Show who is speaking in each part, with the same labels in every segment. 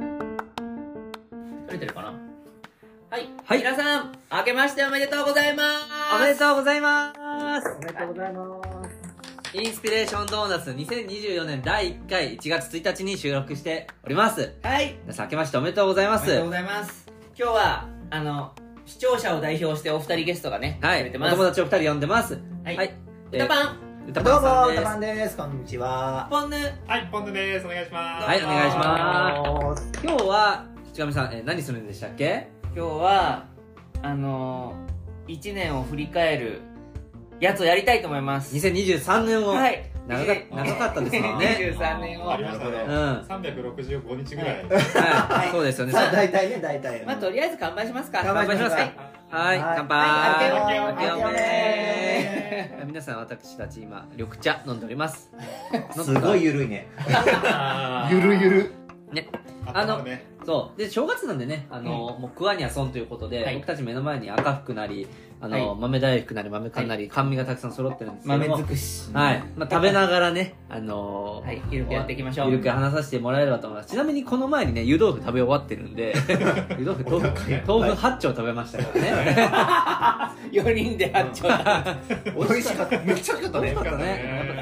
Speaker 1: 取れてるかなはい。
Speaker 2: はい
Speaker 1: 皆さん、明けましておめでとうございます
Speaker 2: おめでとうございます
Speaker 3: おめでとうございます。
Speaker 2: インスピレーションドーナツ2024年第1回1月1日に収録しております。
Speaker 1: はい。
Speaker 2: 皆さん明けましておめでとうございま
Speaker 1: おめでとう
Speaker 2: す
Speaker 1: ご。ざいます。今日は、あの、視聴者を代表してお二人ゲストがね、
Speaker 2: は
Speaker 1: 来てくれ
Speaker 2: い、
Speaker 1: て
Speaker 2: お
Speaker 1: ます。
Speaker 2: 友
Speaker 1: は
Speaker 2: 達を2人呼んでます。
Speaker 1: い。
Speaker 2: はい、
Speaker 1: 歌パン、
Speaker 2: えー歌
Speaker 3: どう
Speaker 2: パンさん、
Speaker 3: もた
Speaker 2: です。
Speaker 3: まんです。こんにちは。
Speaker 1: ポンヌ、
Speaker 4: はい、ポンドです。お願いします。
Speaker 2: はい、お願いしま
Speaker 3: ます。
Speaker 2: す。今日は、七上さん、えー何するんでしたっけ
Speaker 1: 今日は、あのー、1年を振り返るやつをやりたいと思います。
Speaker 2: ?2023 年を、
Speaker 1: はい。
Speaker 2: 長か長かったですも んね。
Speaker 1: 23年を
Speaker 4: ありまし
Speaker 3: な
Speaker 4: た
Speaker 2: うん。
Speaker 4: ね。
Speaker 2: は
Speaker 4: 三百六十五日ぐらい。
Speaker 2: い、そうですよね。
Speaker 3: さあ、大体ね、大体。
Speaker 1: まあ、とりあえず乾杯しますか。
Speaker 3: 乾杯します
Speaker 1: は
Speaker 3: か
Speaker 1: い
Speaker 2: はい、
Speaker 3: はい
Speaker 2: 乾
Speaker 1: はい
Speaker 2: 杯。
Speaker 4: 明けおめ
Speaker 2: 明けおめ
Speaker 3: 明けおめ
Speaker 2: 皆さん、私たち今、緑茶飲んでおります。
Speaker 3: すごいゆるいね。
Speaker 4: あー
Speaker 3: ゆるゆ。る。
Speaker 4: あのね。
Speaker 2: そうで正月なんでねあの、もうクワニャソンということで、
Speaker 1: はい
Speaker 2: 僕たち目の前に赤服なりあの、
Speaker 1: はい
Speaker 2: 豆大福なり豆缶なり、甘味がたくさん揃ってるんですけど
Speaker 1: 豆
Speaker 2: も
Speaker 1: 尽くし。
Speaker 2: はい、まあ、食べながらねあの
Speaker 1: はい、ゆるくやっていきましょう。
Speaker 2: ゆるく話させてもらえればと思いますちなみにこの前にね湯豆腐食べ終わってる んで湯豆腐豆腐豆腐8丁食べましたからね
Speaker 1: 4人で八丁だ。
Speaker 3: 美味しかった。めっちゃ美味
Speaker 2: 美味し。か
Speaker 3: しかったね
Speaker 2: ったねや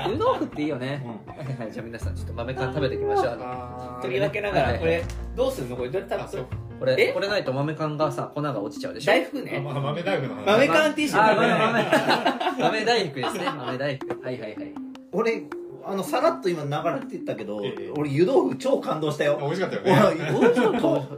Speaker 2: っぱ湯豆腐っていいよね、
Speaker 3: う
Speaker 2: はいはいじゃあ皆さんちょっと豆缶食べていきましょう
Speaker 4: あ
Speaker 1: 取り分けながら、これ、どうするのこれ、どうやったら
Speaker 4: あ、そう。
Speaker 2: こ
Speaker 1: え
Speaker 2: れこれないと豆缶がさ粉が落ちちゃうでしょ
Speaker 1: 大福
Speaker 4: あ
Speaker 1: ね。
Speaker 4: まあ豆大福の話。
Speaker 1: 豆缶 T シャ
Speaker 2: あ
Speaker 1: ツ
Speaker 2: 豆豆 豆大福ですね豆大福はいはいはい
Speaker 3: 俺、あの、さらっと今流れてったけど
Speaker 4: ええ、
Speaker 3: 俺、湯豆腐超感動した
Speaker 4: 美
Speaker 3: よ。
Speaker 4: 味しかったよ
Speaker 3: おい
Speaker 4: ね。
Speaker 3: 豆腐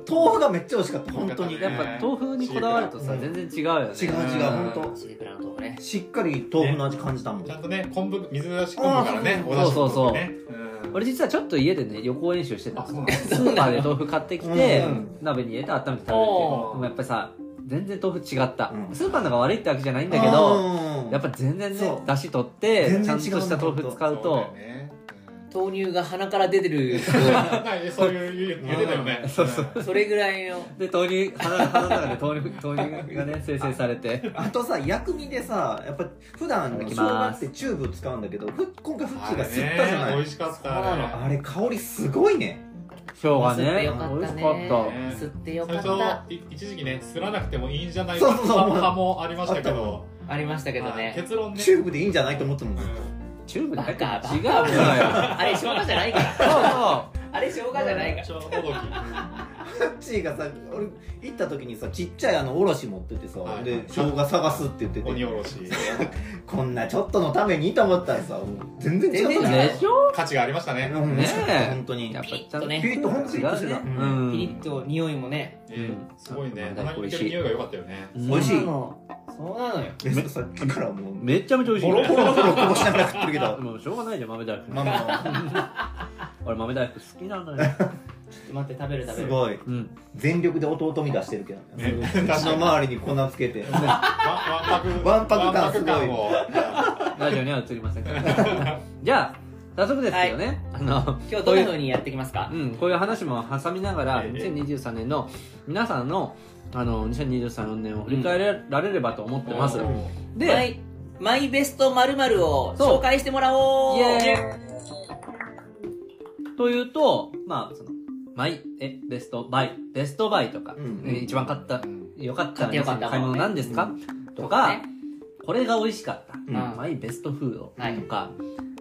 Speaker 3: 豆腐がめっちゃ美味しかった、本当に。
Speaker 4: 美
Speaker 2: や
Speaker 4: 味
Speaker 2: っ
Speaker 4: し
Speaker 2: ぱ
Speaker 4: かたね
Speaker 2: 豆腐にこだわるとさ、
Speaker 3: うん
Speaker 2: 全然違うよね
Speaker 3: 違う違う本当
Speaker 1: シンプルなとこね。
Speaker 3: しっかり豆腐の味感じたもん
Speaker 4: ち。ゃんとね、昆布、水出し昆布からね、
Speaker 2: あー
Speaker 4: お出汁
Speaker 2: そうそうそう
Speaker 4: 取ってねうん
Speaker 2: 俺実はちょっと家でね予行演習してた
Speaker 4: あ
Speaker 2: ス
Speaker 4: そうなんだ
Speaker 2: ーパーで豆腐買ってきて、
Speaker 3: うん
Speaker 2: 鍋に入れて温めて食べるっていう
Speaker 1: おー
Speaker 2: でもやっぱりさ全然豆腐違った、
Speaker 3: うん
Speaker 2: スーパーのが悪いってわけじゃないんだけど
Speaker 3: うん
Speaker 2: やっぱ全然ね
Speaker 3: そう
Speaker 2: だし取って
Speaker 3: 全
Speaker 2: ちゃ
Speaker 3: 然違うんの
Speaker 2: とした豆腐使う
Speaker 4: そうだよ
Speaker 2: と
Speaker 4: ね
Speaker 1: 豆乳が鼻から出てる、
Speaker 4: うん そういう言ってたよね。
Speaker 2: そうそう
Speaker 4: う
Speaker 1: それぐらいの。
Speaker 2: で豆乳鼻鼻の中で豆乳豆乳がね生成されて
Speaker 3: あとさ薬味でさやっぱ普段
Speaker 2: いただき
Speaker 3: 生姜
Speaker 2: ま
Speaker 3: っ
Speaker 2: す
Speaker 3: てチューブ使うんだけどふ今回フッ
Speaker 4: ん。
Speaker 3: チーが
Speaker 4: あれ
Speaker 3: 吸ったじゃ
Speaker 4: ね
Speaker 3: ないあ
Speaker 4: 美
Speaker 3: れ
Speaker 4: 味しかった。
Speaker 1: そうなの
Speaker 3: 香りすごいね
Speaker 2: 今日は
Speaker 1: 吸って
Speaker 2: ね
Speaker 1: よか
Speaker 2: 美
Speaker 1: っ
Speaker 2: 味
Speaker 1: た
Speaker 2: し
Speaker 1: ね。
Speaker 2: かった
Speaker 1: 吸ってよか
Speaker 4: 最
Speaker 1: った。
Speaker 4: 初い一時期ねすらなくてもいいんじゃない
Speaker 3: そう
Speaker 4: か
Speaker 3: そうそう
Speaker 4: 派もありましたけど
Speaker 1: ありましたけど
Speaker 4: はい
Speaker 1: ね。
Speaker 4: 結論ね
Speaker 3: チューブでいいんじゃないと思ってたもん
Speaker 2: チューブだ
Speaker 1: バ
Speaker 2: け
Speaker 1: カバカ
Speaker 2: 違うのよ
Speaker 1: あれ、生姜じゃないから。
Speaker 2: そうそう
Speaker 1: あれ、生姜じゃないから。
Speaker 4: ちょうどき
Speaker 3: フッチーがさ俺行った時にさちっちゃいあのおろし持っててさ、
Speaker 4: はい
Speaker 3: で生姜探すって言って
Speaker 4: 鬼
Speaker 3: て
Speaker 4: おろし
Speaker 3: こんなちょっとのためにと思ったらさもう全然違った
Speaker 2: でしょ
Speaker 4: 価値がありましたね
Speaker 3: うん
Speaker 2: ねえ
Speaker 3: 本当に
Speaker 2: やっぱちゃんと
Speaker 1: ピ
Speaker 3: リッとね
Speaker 2: 違うね
Speaker 3: うん
Speaker 1: ピリッと匂いもね。
Speaker 4: えーすごいね
Speaker 2: うん
Speaker 4: 鼻に抜ける匂いが良かったよね
Speaker 2: うん
Speaker 3: 美味しい
Speaker 1: そうなのそうなのよ。
Speaker 3: えそうさっきからもう
Speaker 2: めっちゃめちゃ美味しい
Speaker 4: ボロボ
Speaker 3: コロコロこぼしながら食ってるけ
Speaker 2: あ
Speaker 3: ど
Speaker 2: もうしょう がないじゃん豆大福
Speaker 3: まあま
Speaker 2: 俺豆大福好きなのよ
Speaker 1: ちょっと待って、食べる
Speaker 3: あ
Speaker 1: 食べ
Speaker 3: す
Speaker 1: る。
Speaker 3: ごい
Speaker 2: うん
Speaker 3: 全力で弟み出してるけどね
Speaker 4: ね
Speaker 3: うちの周りに粉つけてわん
Speaker 4: わわん
Speaker 3: ぱ
Speaker 4: ぱ
Speaker 3: く
Speaker 4: く
Speaker 3: 感すごい
Speaker 4: を
Speaker 2: ラジオには映りませんからじゃあ早速ですけどね、あの
Speaker 1: 今日
Speaker 2: こ
Speaker 1: ど
Speaker 2: う
Speaker 1: の
Speaker 2: い
Speaker 1: よう
Speaker 2: う
Speaker 1: にやっていきますか
Speaker 2: うん、こういう話も挟みながら
Speaker 4: ええ
Speaker 2: 2023年の皆さんのあの2023年を振り返られればと思ってます、
Speaker 4: うん
Speaker 2: で、
Speaker 1: マイ、マイベスト〇〇を
Speaker 2: そう
Speaker 1: 紹介してもらおう
Speaker 2: イエーイというとまあそのマイえベストバイベストバイとか、
Speaker 3: うん
Speaker 2: え一番買った良かった
Speaker 1: 買って良かったものね
Speaker 2: 買い物なんですか、とか、これが美味しかった、
Speaker 3: うん
Speaker 2: マイベストフード
Speaker 1: はい
Speaker 2: とか、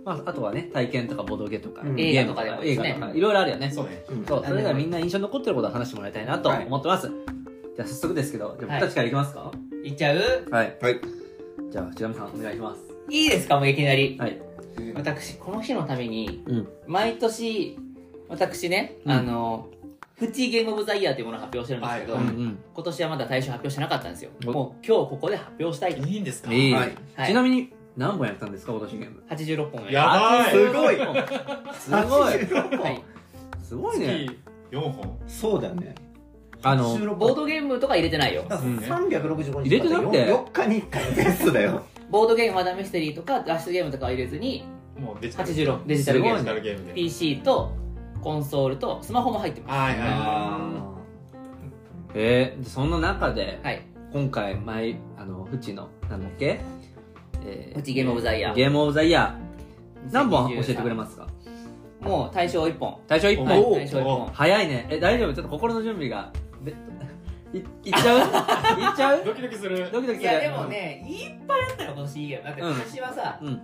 Speaker 2: まあ、あとはね体験とかボドゲとか、
Speaker 3: うん
Speaker 2: ゲーム
Speaker 1: 映画
Speaker 2: 映
Speaker 1: とかでもいいですね
Speaker 2: 画とかいろいろあるよね
Speaker 4: そうね
Speaker 3: うん
Speaker 2: そうそれではみんな印象に残ってることを話してもらいたいなと思ってます、じゃあ早速ですけどじゃあ
Speaker 1: はい
Speaker 2: 僕たちからいきますか
Speaker 1: いっちゃう
Speaker 2: はい、
Speaker 3: はい
Speaker 2: じゃあちなみさんお願いします
Speaker 1: いいですかもういきなり
Speaker 2: はい
Speaker 1: 私この日のために
Speaker 2: うん
Speaker 1: 毎年私ね、
Speaker 2: うん
Speaker 1: あのフチゲームオブザイヤーというものを発表してるんですけど、
Speaker 2: う
Speaker 4: は
Speaker 2: んう
Speaker 4: い
Speaker 2: ん
Speaker 1: 今年はまだ大賞発表してなかったんですよ
Speaker 2: お
Speaker 1: もう今日ここで発表したいと、
Speaker 4: いいんですか
Speaker 2: いい、
Speaker 3: はい
Speaker 1: はい
Speaker 2: ちなみに何本やったんですか今年ゲーム
Speaker 1: 86本
Speaker 4: やばい
Speaker 2: 86本すご
Speaker 1: ば
Speaker 2: い
Speaker 1: はい、
Speaker 2: すごいね
Speaker 4: 月4本
Speaker 3: そうだよね
Speaker 2: あの
Speaker 3: 収録
Speaker 1: ボードゲームとか入れてないよ
Speaker 2: うん
Speaker 3: 365日
Speaker 2: 入れてなくて
Speaker 3: 4日に1回ベストだよ
Speaker 1: ボードゲームはダミステリーとか脱出ゲームとかは入れずに
Speaker 4: もうデジタル
Speaker 1: 86デジタルゲ
Speaker 4: デ
Speaker 1: ー
Speaker 4: ジ
Speaker 1: ム
Speaker 4: タルゲームで
Speaker 1: PC とコンソールとスマホも入ってます
Speaker 4: はいはいは
Speaker 2: えー、そんな中で、
Speaker 1: はい
Speaker 2: 今回前あのフチのなんだっけ、え
Speaker 1: フチゲームオブザイヤー
Speaker 2: ゲームオブザイヤー何本教えてくれますか
Speaker 1: ももう大賞1本
Speaker 2: 大賞一
Speaker 1: はい
Speaker 2: 本
Speaker 4: おー
Speaker 1: 大賞1本
Speaker 2: 早いねえ大丈夫ちょっと心の準備がでいいっちゃ ういっちゃう
Speaker 4: ドキドキする
Speaker 2: ドキドキ
Speaker 1: い
Speaker 2: する
Speaker 1: やでもねいっぱいあったの今年いいよだって
Speaker 2: うん
Speaker 1: 今年はさ、
Speaker 2: うん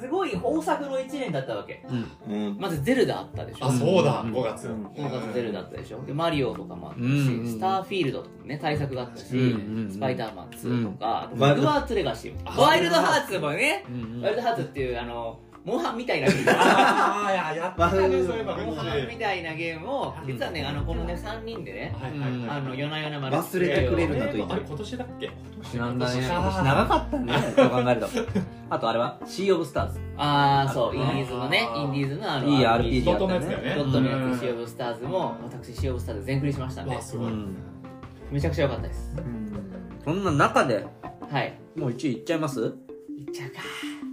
Speaker 1: すごい豊作の1年だったわけ
Speaker 2: うん
Speaker 3: うん
Speaker 1: まずゼルダあったでしょ
Speaker 4: あそうだ
Speaker 2: うん
Speaker 4: 5月
Speaker 3: うん
Speaker 1: 音楽ゼルダあったでしょでマリオとかもあったし、
Speaker 2: うんうん
Speaker 1: スターフィールドとかもね対策があったし、
Speaker 2: うんうん
Speaker 1: スパイダーマン2とか、
Speaker 3: うん
Speaker 1: あとホグワーツレガシーも
Speaker 4: あ
Speaker 1: ワイルドハーツもね、
Speaker 2: うんうん
Speaker 1: ワイルドハーツっていうあのモンハンみたいなゲーム
Speaker 4: ああややったねそういえば
Speaker 1: モンハンみたいなゲームを
Speaker 2: うん
Speaker 1: 実はねあのこのね3人でね
Speaker 4: はいはいはい
Speaker 1: あの夜な夜な丸
Speaker 3: 忘れてくれるなと言っ
Speaker 4: あ
Speaker 3: て
Speaker 4: れ今年だっけ
Speaker 2: 知らんだね
Speaker 4: 今年か
Speaker 2: 長かったねそう考えるとあとあれは「シー・オブ・スターズ
Speaker 1: ああそうイ
Speaker 2: あ
Speaker 1: ンディーズのね
Speaker 4: あー
Speaker 1: インディーズのあの
Speaker 2: いい
Speaker 4: ド
Speaker 2: RPG
Speaker 4: ットのやつだよね
Speaker 1: ドットのや
Speaker 4: うん
Speaker 1: つシーオブスターズも私シーオブスターズ全クリしましたん
Speaker 4: わ
Speaker 1: で
Speaker 4: あすごい
Speaker 2: う ん
Speaker 1: めちゃくちゃ良かったです
Speaker 3: うん」
Speaker 2: そんな中で
Speaker 1: はい
Speaker 2: もう1位いっちゃいます
Speaker 1: いっちゃうか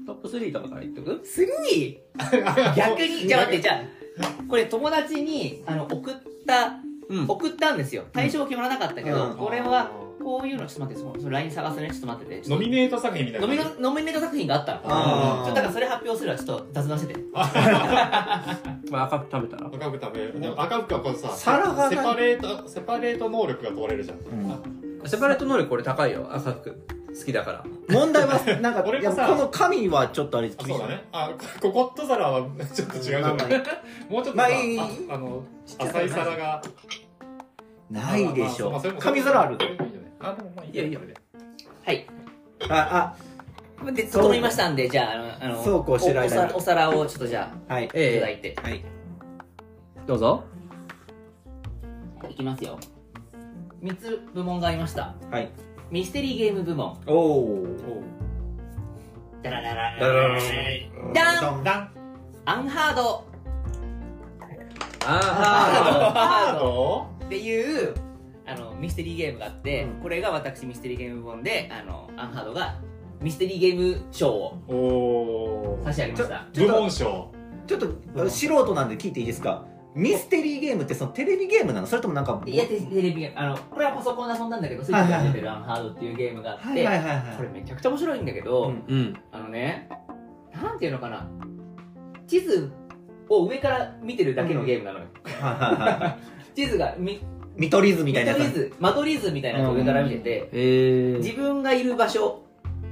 Speaker 2: トップ3とかからいっとく
Speaker 1: スリー逆にじゃあ待ってじゃあこれ友達にあの送った
Speaker 2: うん
Speaker 1: 送ったんですよ対象決まらなかったけど、
Speaker 3: うん
Speaker 1: これはこういうのちょっと待ってそのその LINE 探すねちょっと待っててちょ
Speaker 4: ノ
Speaker 1: っと
Speaker 4: ミネート作品みたいな
Speaker 1: ノミノノミネート作品があったの
Speaker 3: あー
Speaker 1: ちょっとだからそれ発表するわちょっと雑談してて
Speaker 2: これ赤く食べたら
Speaker 4: 赤服食べるでも赤服はこうさ
Speaker 3: 皿がない
Speaker 4: セパレートセパレート能力が問われるじゃん
Speaker 2: セパレート能力これ高いよ赤服好きだから
Speaker 3: 問題はなんか
Speaker 4: 俺
Speaker 3: いや
Speaker 4: もさ
Speaker 3: この神はちょっとあれ
Speaker 4: あ
Speaker 3: 厳しい
Speaker 4: そ
Speaker 3: う
Speaker 4: だねあココット皿は ちょっと違うじゃ
Speaker 3: なん
Speaker 4: な
Speaker 3: か
Speaker 4: いもうちょっとさ
Speaker 3: まあいい
Speaker 4: ああの
Speaker 3: ちっちゃくな
Speaker 4: 浅
Speaker 3: い
Speaker 4: い皿が
Speaker 3: ないでし
Speaker 4: まあまあまあ
Speaker 3: ょ
Speaker 4: それも
Speaker 3: 神皿ある
Speaker 4: それもいいよねあでもまあいいよ
Speaker 2: いやいや
Speaker 4: それで
Speaker 1: はい
Speaker 3: あ
Speaker 1: で整いましたんでじゃああのあの
Speaker 3: そうこうしてる間に
Speaker 1: おお皿お皿をちょっとじゃ
Speaker 3: あはい
Speaker 1: あいただ
Speaker 2: え
Speaker 1: いて、
Speaker 3: はい
Speaker 2: えどうぞ
Speaker 1: いきますよ3つ部門がありました
Speaker 3: はい
Speaker 1: ミステリーゲーム部門
Speaker 3: おお
Speaker 1: ダラダラ
Speaker 3: ダラダラ
Speaker 1: ダン
Speaker 3: ン
Speaker 4: ダン
Speaker 1: アンハード
Speaker 2: あ
Speaker 4: ハード
Speaker 1: っていうあのミステリーゲームがあって、
Speaker 3: うん
Speaker 1: これが私ミステリーゲーム部門であのアンハードがミステリーゲーム賞を
Speaker 4: おお
Speaker 1: 差し上げました
Speaker 3: ちょ
Speaker 4: 部
Speaker 3: っと
Speaker 4: 門賞
Speaker 3: ちょっと素人なんで聞いていいですかミステリーゲームってそのテレビゲームなのそれともなんか
Speaker 1: いやテテレビゲームあのこれはパソコンで遊んだんだけどスイッチが出てるアンハードっていうゲームがあって、
Speaker 3: はいはいはい
Speaker 1: これ
Speaker 3: は
Speaker 1: めちゃくちゃ面白いんだけど、
Speaker 3: うん
Speaker 2: ーうん
Speaker 1: あのねなんていうのかな地図を上から見てるだけのゲームなのよ、
Speaker 3: いはいはいはい
Speaker 1: 地図がみ
Speaker 3: 見取り図み
Speaker 1: 見
Speaker 3: たいな
Speaker 1: 取
Speaker 3: や
Speaker 1: り
Speaker 3: つ
Speaker 1: 図間取り図みたいなのを上から見てて、
Speaker 2: ええ
Speaker 1: 自分がいる場所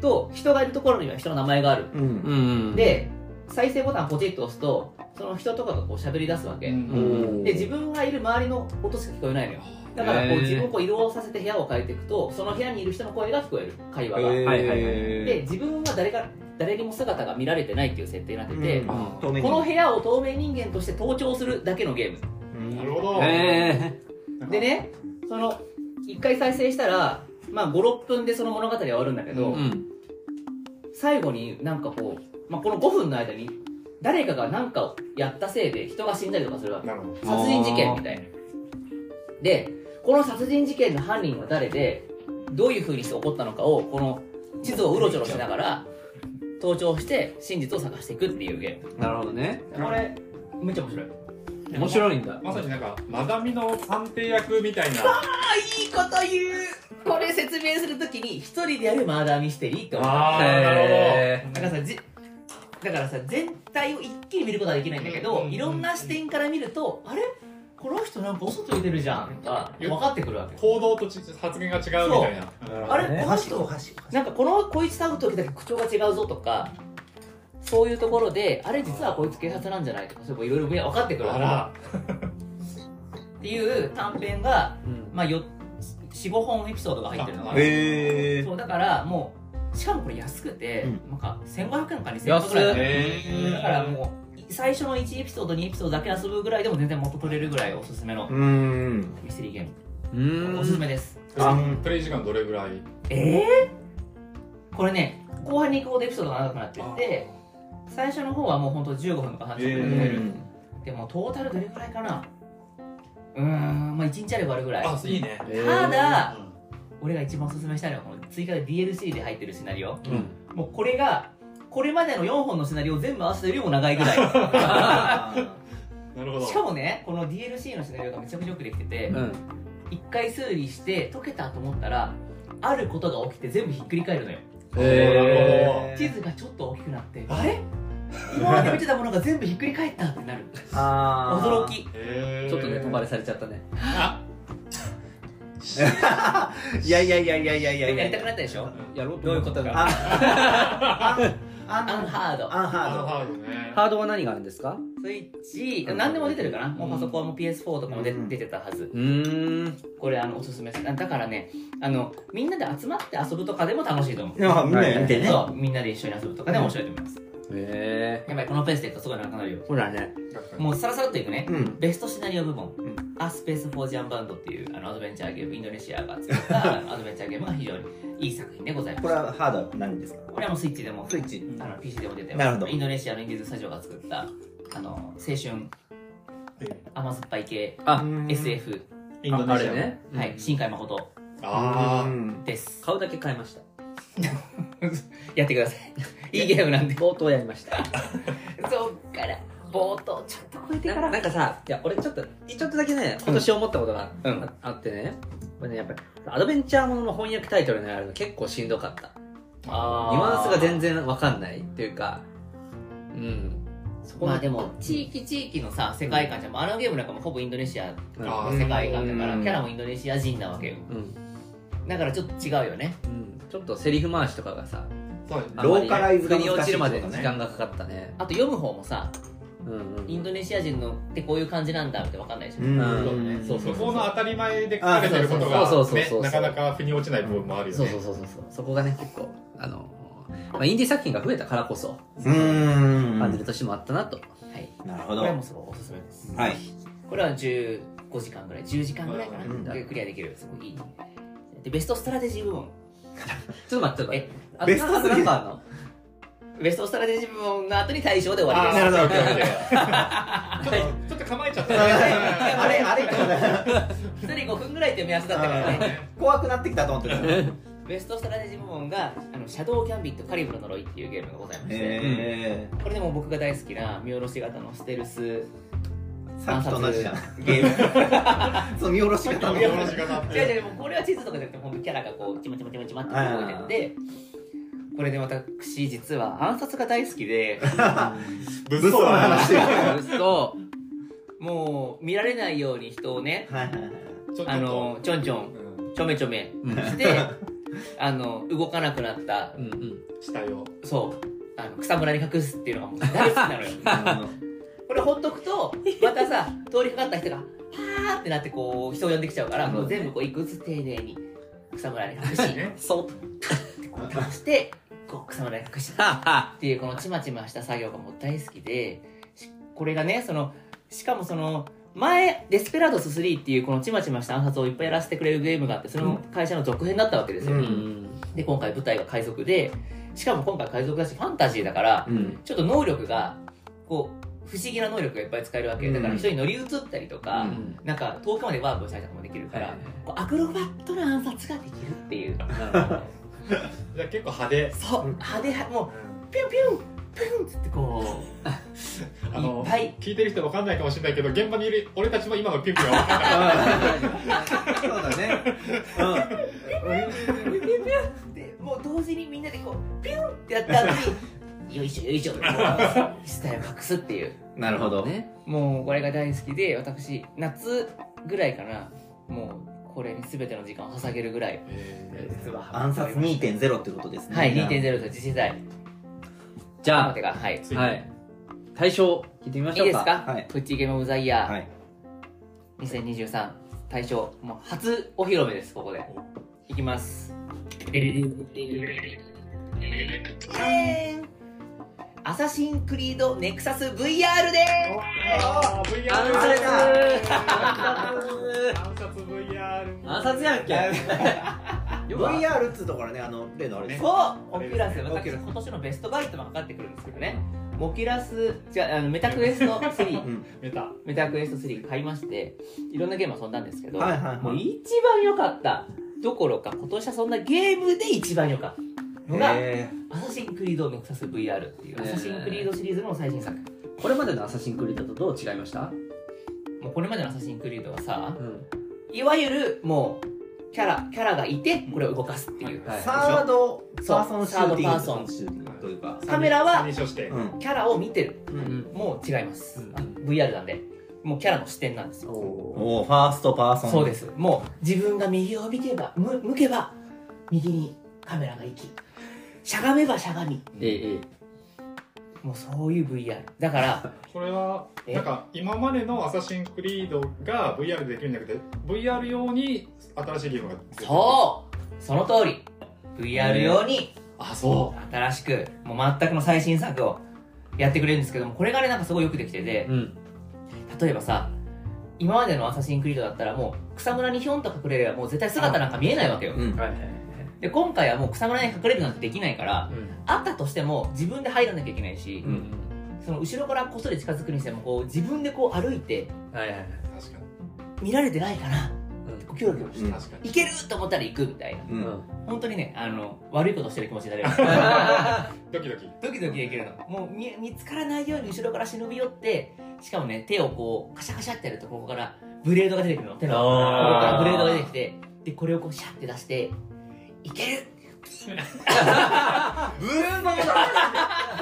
Speaker 1: と人がいるところには人の名前がある、
Speaker 3: うん
Speaker 2: うん
Speaker 1: で再生ボタンポチッと押すとその人とかがこう喋り出すわけ、
Speaker 4: うん
Speaker 2: うん
Speaker 1: で自分がいる周りの音しか聞こえないのよだからこ
Speaker 2: へ
Speaker 1: う
Speaker 2: ー
Speaker 1: 自分をこう移動させて部屋を変えていくとその部屋にいる人の声が聞こえる会話が、
Speaker 3: へー
Speaker 2: はいはいは
Speaker 1: で自分は誰か誰にも姿が見られてないっていう設定になってて、
Speaker 3: うん
Speaker 1: こ
Speaker 2: あ
Speaker 3: 透明
Speaker 1: の部屋を透明人間として盗聴するだけのゲーム
Speaker 4: なるほど
Speaker 2: え
Speaker 1: でねその1回再生したら、まあ、56分でその物語は終わるんだけど、
Speaker 2: ーうん
Speaker 1: 最後になんかこう、まあ、この5分の間に誰かが何かをやったせいで人が死んだりとかするわけ
Speaker 4: なるほど
Speaker 1: 殺人事件みたいなでこの殺人事件の犯人は誰でどういうふうにして起こったのかをこの地図をうろちょろしながら盗聴して真実を探していくっていうゲ
Speaker 2: なるほどね
Speaker 1: ームこれめっちゃ面白い
Speaker 2: 面白いんだ
Speaker 4: まさになんかマダミの探偵役みたいな
Speaker 1: あいいこと言うこれ説明するときに一人でやるマーダーミステリーって思う
Speaker 4: あー
Speaker 2: へ
Speaker 1: だからさじだからさ全体を一気に見ることはできないんだけど、
Speaker 4: うん
Speaker 1: いろんな視点から見るとあれこの人なんか嘘ついてるじゃんとか分かってくるわけ
Speaker 4: 行動とち発言が違うみたいな
Speaker 1: あれこの
Speaker 3: 箸
Speaker 1: 人
Speaker 3: 箸箸
Speaker 1: なんかこのこいつと会う時だけ口調が違うぞとかそういうところであれ実はこいつ警察なんじゃないとかそういうのいろいろ分かってくる
Speaker 4: あ
Speaker 1: わ
Speaker 4: ら
Speaker 1: けっていう短編が、
Speaker 2: うん
Speaker 1: まあ、45本エピソードが入ってるのがある
Speaker 3: へ
Speaker 1: そうだからもうしかもこれ安くて、
Speaker 3: うん
Speaker 1: なんか1500円か2000円
Speaker 2: 安
Speaker 1: ぐらい
Speaker 2: い
Speaker 4: え
Speaker 1: だからもうい最初の1エピソード2エピソードだけ遊ぶぐらいでも全然元取れるぐらいおすすめの
Speaker 3: うーん
Speaker 1: ミステリーゲーム、
Speaker 2: うーん
Speaker 1: おすすめです
Speaker 3: あ
Speaker 4: プレイ時間どれぐらい
Speaker 1: えー、これね後半に行くほどエピソードが長くなってって最初の方はもうほんと15分とか30分ぐらい、でもトータルどれぐらいかなうーんまあ1日あればあるぐらい
Speaker 4: あいいね
Speaker 2: え
Speaker 1: た
Speaker 2: ー
Speaker 1: だ俺が一番おすすめしたいのはこの追加で DLC で入ってるシナリオ
Speaker 2: うん
Speaker 1: もうこれがこれまでの4本のシナリオ全部合わせてるよりも長いぐ らい
Speaker 4: なるほど
Speaker 1: しかもねこの DLC のシナリオがめちゃくちゃよくできてて、
Speaker 2: うん
Speaker 1: 一回推理して解けたと思ったらあることが起きて全部ひっくり返るのよ
Speaker 4: え
Speaker 2: え
Speaker 4: ー
Speaker 1: 地図がちょっと大きくなってあれ今まで見てたものが全部ひっくり返ったってなる
Speaker 3: あー
Speaker 1: 驚き
Speaker 4: えー
Speaker 2: ちょっとね、飛ばれされちゃったね。
Speaker 4: あ
Speaker 3: いやいやいやいやいやいやい
Speaker 1: やりた
Speaker 3: や
Speaker 1: くなったでしょ
Speaker 2: やろう
Speaker 1: どういうことと
Speaker 3: あ
Speaker 1: が
Speaker 3: アン
Speaker 1: アンハード
Speaker 3: アンハ
Speaker 4: あ
Speaker 3: ー
Speaker 4: のハードね
Speaker 2: ハードは何があるんですか
Speaker 1: スイッチ何でも出てるかな、もうパソコンも PS4 とかも出,、
Speaker 3: うん
Speaker 1: 出てたはず
Speaker 2: うーん。
Speaker 1: これあのおすすめですだからねあのみんなで集まって遊ぶとかでも楽しいと思う
Speaker 3: ドあみんなやってね
Speaker 1: そうみんなで一緒に遊ぶとかで面白いと思います、
Speaker 2: へえ。
Speaker 1: やばいこのペースでいくとすごい長くなるよ
Speaker 2: ほらね。
Speaker 4: 確かに
Speaker 1: もうさらさらっといくね、
Speaker 3: うん
Speaker 1: ベストシナリオ部門、
Speaker 3: ん
Speaker 1: アスペース・フォー・ジャンバンドっていうあのアドベンチャーゲームインドネシアが作ったアドベンチャーゲームが非常にいい作品でございます
Speaker 3: これはハードは何ですか
Speaker 1: これはもうスイッチでも
Speaker 3: スイッチ
Speaker 1: あの PC でも出て
Speaker 3: なるほど
Speaker 1: インドネシアのインディーズスタジオが作ったあの青春甘酸っぱい系
Speaker 2: あ、
Speaker 1: SF、
Speaker 4: インドネシア
Speaker 2: あ
Speaker 4: の
Speaker 2: れね。
Speaker 1: はい、新海誠
Speaker 4: あー
Speaker 1: です
Speaker 2: 買うだけ買いました。
Speaker 1: やってくださ いいいゲームなんで
Speaker 2: 冒頭やりました。
Speaker 1: そっから冒頭ちょっと超えてか
Speaker 2: な
Speaker 1: ら
Speaker 2: んかさ、いや、俺ちょっと、ちょっとだけね、今年思ったことが
Speaker 1: うん
Speaker 2: ああってね、これね、やっぱり、アドベンチャーものの翻訳タイトルのやるの結構しんどかった。ニュアンスが全然わかんないっていうか、うん。そこ
Speaker 1: ま
Speaker 2: ま
Speaker 1: あ
Speaker 2: で
Speaker 1: でも地域地域のさ世界観じゃん、あのゲームなんかもほぼインドネシア
Speaker 2: う
Speaker 4: あ
Speaker 1: の
Speaker 4: ー
Speaker 1: 世界観だから
Speaker 2: うん
Speaker 1: キャラもインドネシア人なわけよ
Speaker 2: んうん。
Speaker 1: だからちょっと違うよね
Speaker 2: うん。ちょっとセリフ回しとかがさ、
Speaker 4: そうですね
Speaker 2: あんまり
Speaker 3: ローカライズが
Speaker 2: 腑に落
Speaker 3: 難し
Speaker 2: ち
Speaker 3: い
Speaker 2: る
Speaker 3: と
Speaker 2: ま
Speaker 3: かね
Speaker 2: で時間がかかったね。
Speaker 1: あと読む方もさ
Speaker 2: うんうん。
Speaker 1: インドネシア人のってこういう感じなんだって分かんないでしょ、
Speaker 3: うん
Speaker 2: うん
Speaker 1: そうそ
Speaker 4: そう
Speaker 1: そ
Speaker 4: こ
Speaker 1: う
Speaker 4: の当たり前で書かれてること
Speaker 2: あそう
Speaker 4: が
Speaker 2: そうそうそうそう
Speaker 4: ねなかなか腑に落ちない部分もあるよ
Speaker 2: そう
Speaker 4: ね
Speaker 2: そうそうそうそうそこがね結構あの、まあ、インディー作品が増えたからこそ
Speaker 3: うーん
Speaker 2: 感じる年もあったなと、
Speaker 1: はい
Speaker 3: なるほど
Speaker 1: これも
Speaker 3: は
Speaker 1: すごいおすすめです
Speaker 3: い
Speaker 1: これは15時間ぐらい10時間ぐらいかな、
Speaker 3: うん
Speaker 1: でクリアできるすごいいいでベストストラテジー部門
Speaker 2: ちょっと待ってちょっと待って
Speaker 1: え
Speaker 2: あ
Speaker 3: ベスト
Speaker 2: なんか
Speaker 3: スリー
Speaker 2: なんか
Speaker 1: ベストストラテジー部門の後に大賞で終わりで
Speaker 4: あー
Speaker 1: す
Speaker 3: なるほど
Speaker 4: オッケーオッケーちょっとちょっと構えちゃった
Speaker 3: あれあれ
Speaker 1: 一人5分ぐらいって目安だったからね
Speaker 3: 怖くなってきたと思ってた
Speaker 1: ベストストラテジー部門があの「シャドウ・ギャンビット・カリブの呪い」っていうゲームがございまして、
Speaker 3: え
Speaker 1: これでも僕が大好きな見下ろし型のステルス
Speaker 3: ーさっきと同じじゃんゲーム そう見下ろし方の
Speaker 4: 見下ろしがなっ
Speaker 1: 違う
Speaker 4: て
Speaker 1: 違うもうこれは地図とかじゃなくて本当キャラがこうちまちまちまちまって動いててこれで私実は暗殺が大好きで
Speaker 2: あ
Speaker 4: 物
Speaker 3: 物騒な話はい
Speaker 2: るの 嘘
Speaker 1: もう見られないように人をね
Speaker 3: はいはい
Speaker 4: ちょっと
Speaker 1: あのちょんちょ
Speaker 4: うんん
Speaker 1: ちょめちょめ
Speaker 2: うん
Speaker 1: してあの動かなくなった
Speaker 2: うんうん
Speaker 4: 死体を
Speaker 1: そうあの草むらに隠すっていうのがもう大好きなのよ
Speaker 3: あ
Speaker 1: これほっとくとまたさ通りかかった人が「はーってなってこう人を呼んできちゃうからもう全部こういくつ丁寧に草むらに隠し
Speaker 4: ね
Speaker 1: そっってこう倒してこう草むらに隠し
Speaker 2: はっは
Speaker 1: っていうこのちまちました作業がもう大好きでしこれがねそのしかもその前デスペラードス3っていうこのちまちました暗殺をいっぱいやらせてくれるゲームがあってその会社の続編だったわけですよ、
Speaker 3: う
Speaker 2: うんん
Speaker 1: で今回舞台が海賊でしかも今回海賊だしファンタジーだから
Speaker 3: のうん
Speaker 1: ちょっと能力がこう不思議な能力がいっぱい使えるわけだから
Speaker 3: うん
Speaker 1: 人に乗り移ったりとか、
Speaker 2: うん
Speaker 1: なんか遠くまでワープしたりとかもできるから、
Speaker 2: はいはいはい
Speaker 1: こうアクロバットな暗殺ができるっていう
Speaker 2: なるほど
Speaker 4: じゃあ結構派手
Speaker 1: そう
Speaker 3: うん
Speaker 1: 派手派もうピュンピュンピュンっつってこう。
Speaker 4: あの
Speaker 1: いっぱい
Speaker 4: 聞いてる人わかんないかもしれないけど現場にいる俺たちも今のピュンピュンはわかんない
Speaker 3: そうだね
Speaker 1: ピュンピュンピュンってもう同時にみんなでこうピュンってやった後によいしょよいしょってこう死体を隠すっていう
Speaker 3: うんなるほど
Speaker 2: ね
Speaker 1: もうこれが大好きで私夏ぐらいかなもうこれに全ての時間を捧げるぐらい
Speaker 4: え
Speaker 1: 実は
Speaker 3: 暗殺2.0ってことですね
Speaker 1: はい2.0と次世代
Speaker 2: じゃ
Speaker 1: までがはいい
Speaker 4: ーついに
Speaker 2: はい対象聞いてみまし
Speaker 1: い
Speaker 2: ょうか
Speaker 1: ですか、
Speaker 3: はい
Speaker 1: プッチゲームオブザイヤー、
Speaker 3: はい
Speaker 1: 2023大賞もう初お披露目ですここでいきますアサシンクリードネクサス VR で
Speaker 4: あー VR
Speaker 2: 暗
Speaker 3: あれだ
Speaker 2: 殺
Speaker 4: 暗殺 VR
Speaker 2: 暗殺やんけ
Speaker 3: VR っつうところねあの例のあれです
Speaker 1: そうオキュラス私今年のベストバリットもかかってくるんですけどねオキュラス違うあのメタクエスト
Speaker 3: う
Speaker 1: 3
Speaker 3: ん
Speaker 4: メタ
Speaker 1: メタクエスト3買いましていろんなゲーム遊んだんですけど、
Speaker 3: はいはいはい
Speaker 1: もう一番良かったどころか今年はそんなゲームで一番良かったのが
Speaker 3: へ
Speaker 1: アサシンクリードネクサス VR っていう、
Speaker 2: えー
Speaker 1: アサシンクリードシリーズの最新作
Speaker 2: これまでの「アサシンクリード」とどう違いました
Speaker 1: もうこれまでのアサシンクリードはさ
Speaker 2: うん
Speaker 1: いわゆるもうキャラキャラがいてこれを動かすっていう、
Speaker 2: はい
Speaker 3: サードパーソンシューティング
Speaker 1: そうサードパーソン
Speaker 3: シューティングというか
Speaker 1: カメラは
Speaker 4: 認証して
Speaker 3: うん
Speaker 1: キャラを見てる
Speaker 2: うん
Speaker 1: もう違います、
Speaker 2: うん
Speaker 1: あ VR なんでもうキャラの視点なんですよ
Speaker 2: おー
Speaker 3: おーファーストパーソン
Speaker 1: そうですもう自分が右を向けばむ向けば右にカメラが行きしゃがめばしゃがみ
Speaker 2: ええええ
Speaker 1: もうそういう VR だから
Speaker 4: これは
Speaker 1: え
Speaker 4: なんか今までの「アサシン・クリード」が VR でできるんじゃなくて VR 用に新しいゲームが出てる
Speaker 1: そうその通り VR 用に
Speaker 4: あそ
Speaker 1: 新しくもう全くの最新作をやってくれるんですけどもこれがねなんかすごいよくできてて
Speaker 2: うん
Speaker 1: 例えばさ今までの「アサシン・クリード」だったらもう草むらにひょんと隠れればもう絶対姿なんか見えないわけよ
Speaker 3: うん
Speaker 2: はいはいはい
Speaker 1: で今回はもう草むらに隠れるなんてできないからあったとしても自分で入らなきゃいけないし、
Speaker 2: うんうん
Speaker 1: その後ろからこっそり近づくにしてもこう自分でこう歩いて
Speaker 2: はいはいはい
Speaker 4: 確か
Speaker 1: 見られてないかな
Speaker 2: うん
Speaker 1: こうキョロキョロして、
Speaker 4: に確かに
Speaker 1: いけると思ったら行くみたいな
Speaker 3: う
Speaker 2: うんん
Speaker 1: 本当にねあの悪いことしてる気持ちにな れる
Speaker 4: ドキドキ
Speaker 1: ドキドキできるのもう見見つからないように後ろから忍び寄ってしかもね手をこうカシャカシャってやるとここからブレードが出てくるの手のここから
Speaker 2: あー
Speaker 1: ブレードが出てきてでこれをこうシャッて出していける
Speaker 3: ブーマーだ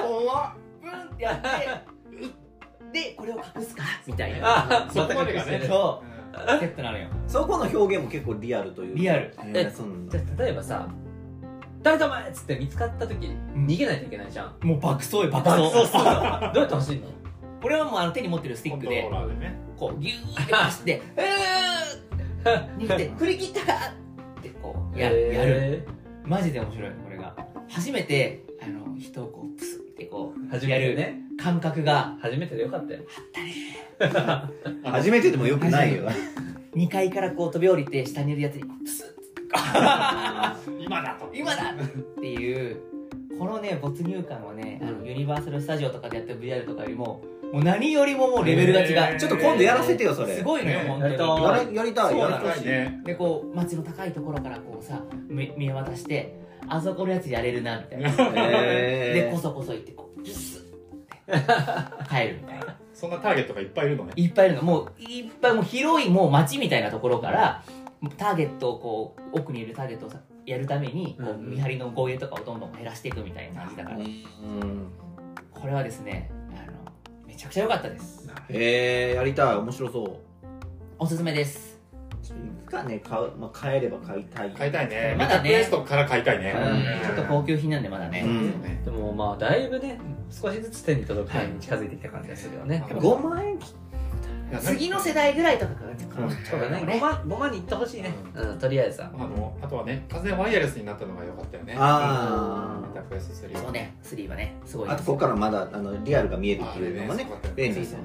Speaker 3: 怖っ
Speaker 1: ブンってやってでこれを隠すかみたいな
Speaker 2: あ
Speaker 4: そこまでがね
Speaker 1: そ
Speaker 4: うん
Speaker 1: うセットなのよ
Speaker 3: そこの表現も結構リアルという
Speaker 1: リアル
Speaker 3: えーそうなん
Speaker 2: じ
Speaker 3: だ
Speaker 2: ゃあ例えばさ「誰だお前!」っつって見つかった時逃げないといけないじゃん
Speaker 1: もう爆走よ爆
Speaker 2: 爆
Speaker 1: 走
Speaker 2: 走するのどうやって欲しいの
Speaker 1: これはもうあの手に持ってるスティ
Speaker 4: コ
Speaker 1: ッ
Speaker 4: ン
Speaker 1: ク
Speaker 4: トロー
Speaker 1: で
Speaker 4: ラーでね
Speaker 1: こうギューって走って「うーん!」逃 げて「振り切ったか!」ってこうや,、やる
Speaker 2: る
Speaker 1: マジで面白いこれが初めてあの人をこうプスってこ
Speaker 2: 初
Speaker 1: うや
Speaker 2: めて
Speaker 1: る
Speaker 2: ね
Speaker 1: 感覚が
Speaker 2: 初めてでよかったよ
Speaker 3: 初めてでもよくないよ
Speaker 1: 2階からこう飛び降りて下にいるやつにプスッ
Speaker 4: 今だと
Speaker 1: 今だ っていうこのね没入感はねあのユニバーサル・スタジオとかでやってる VR とかよりももう何よりももうレベルが違う
Speaker 4: へ
Speaker 3: ちょっと今度やらせてよそれ
Speaker 1: すごいのよ本
Speaker 2: やりたい
Speaker 1: 当に
Speaker 3: やれやりたい
Speaker 1: そう
Speaker 3: や
Speaker 1: なん
Speaker 3: り
Speaker 1: で
Speaker 3: た
Speaker 1: す
Speaker 3: い
Speaker 4: ね
Speaker 1: でこう街の高いところからこうさ見見渡してあそこのやつやれるなみたいな、
Speaker 3: へー
Speaker 1: でこそこそ行ってこうギュスッて帰るみたいな
Speaker 4: そんなターゲットがいっぱいいるのね
Speaker 1: いっぱいいるのもういっぱいもう広いもう街みたいなところからターゲットをこう奥にいるターゲットをさやるためにこう、
Speaker 2: うんうん
Speaker 1: 見張りの合意とかをどんどん減らしていくみたいな感じだから、
Speaker 3: うん
Speaker 1: これはですねあのめちゃくちゃ良かったです
Speaker 3: へえやりたい面白そう
Speaker 1: おすすめです
Speaker 3: ちょっといつかね買う、まあ、買えれば買いたい
Speaker 4: 買いたいね
Speaker 1: ま
Speaker 4: ま
Speaker 1: だね
Speaker 4: たクエストから買いたいね
Speaker 3: うん
Speaker 1: ちょっと高級品なんでまだね、
Speaker 3: うん
Speaker 2: でもまあだいぶね少しずつ手に届くように近づいてきた感じがするよね、
Speaker 4: はい
Speaker 3: 5万円切っ
Speaker 4: いや
Speaker 1: 次の世代ぐらいとかかかってくる
Speaker 2: そうだね5万5万に行ってほしいね、うん、とりあえずは
Speaker 4: あのあとはね完全ワイヤレスになったのが良かったよね
Speaker 3: あー
Speaker 4: メタクエスト3
Speaker 1: そうね3はねすごい
Speaker 3: あとここからまだあのリアルが見えるっ
Speaker 4: あ
Speaker 3: て
Speaker 4: れ
Speaker 3: いうの
Speaker 4: ね
Speaker 3: もね
Speaker 4: すごかったよ
Speaker 3: 便利ですよ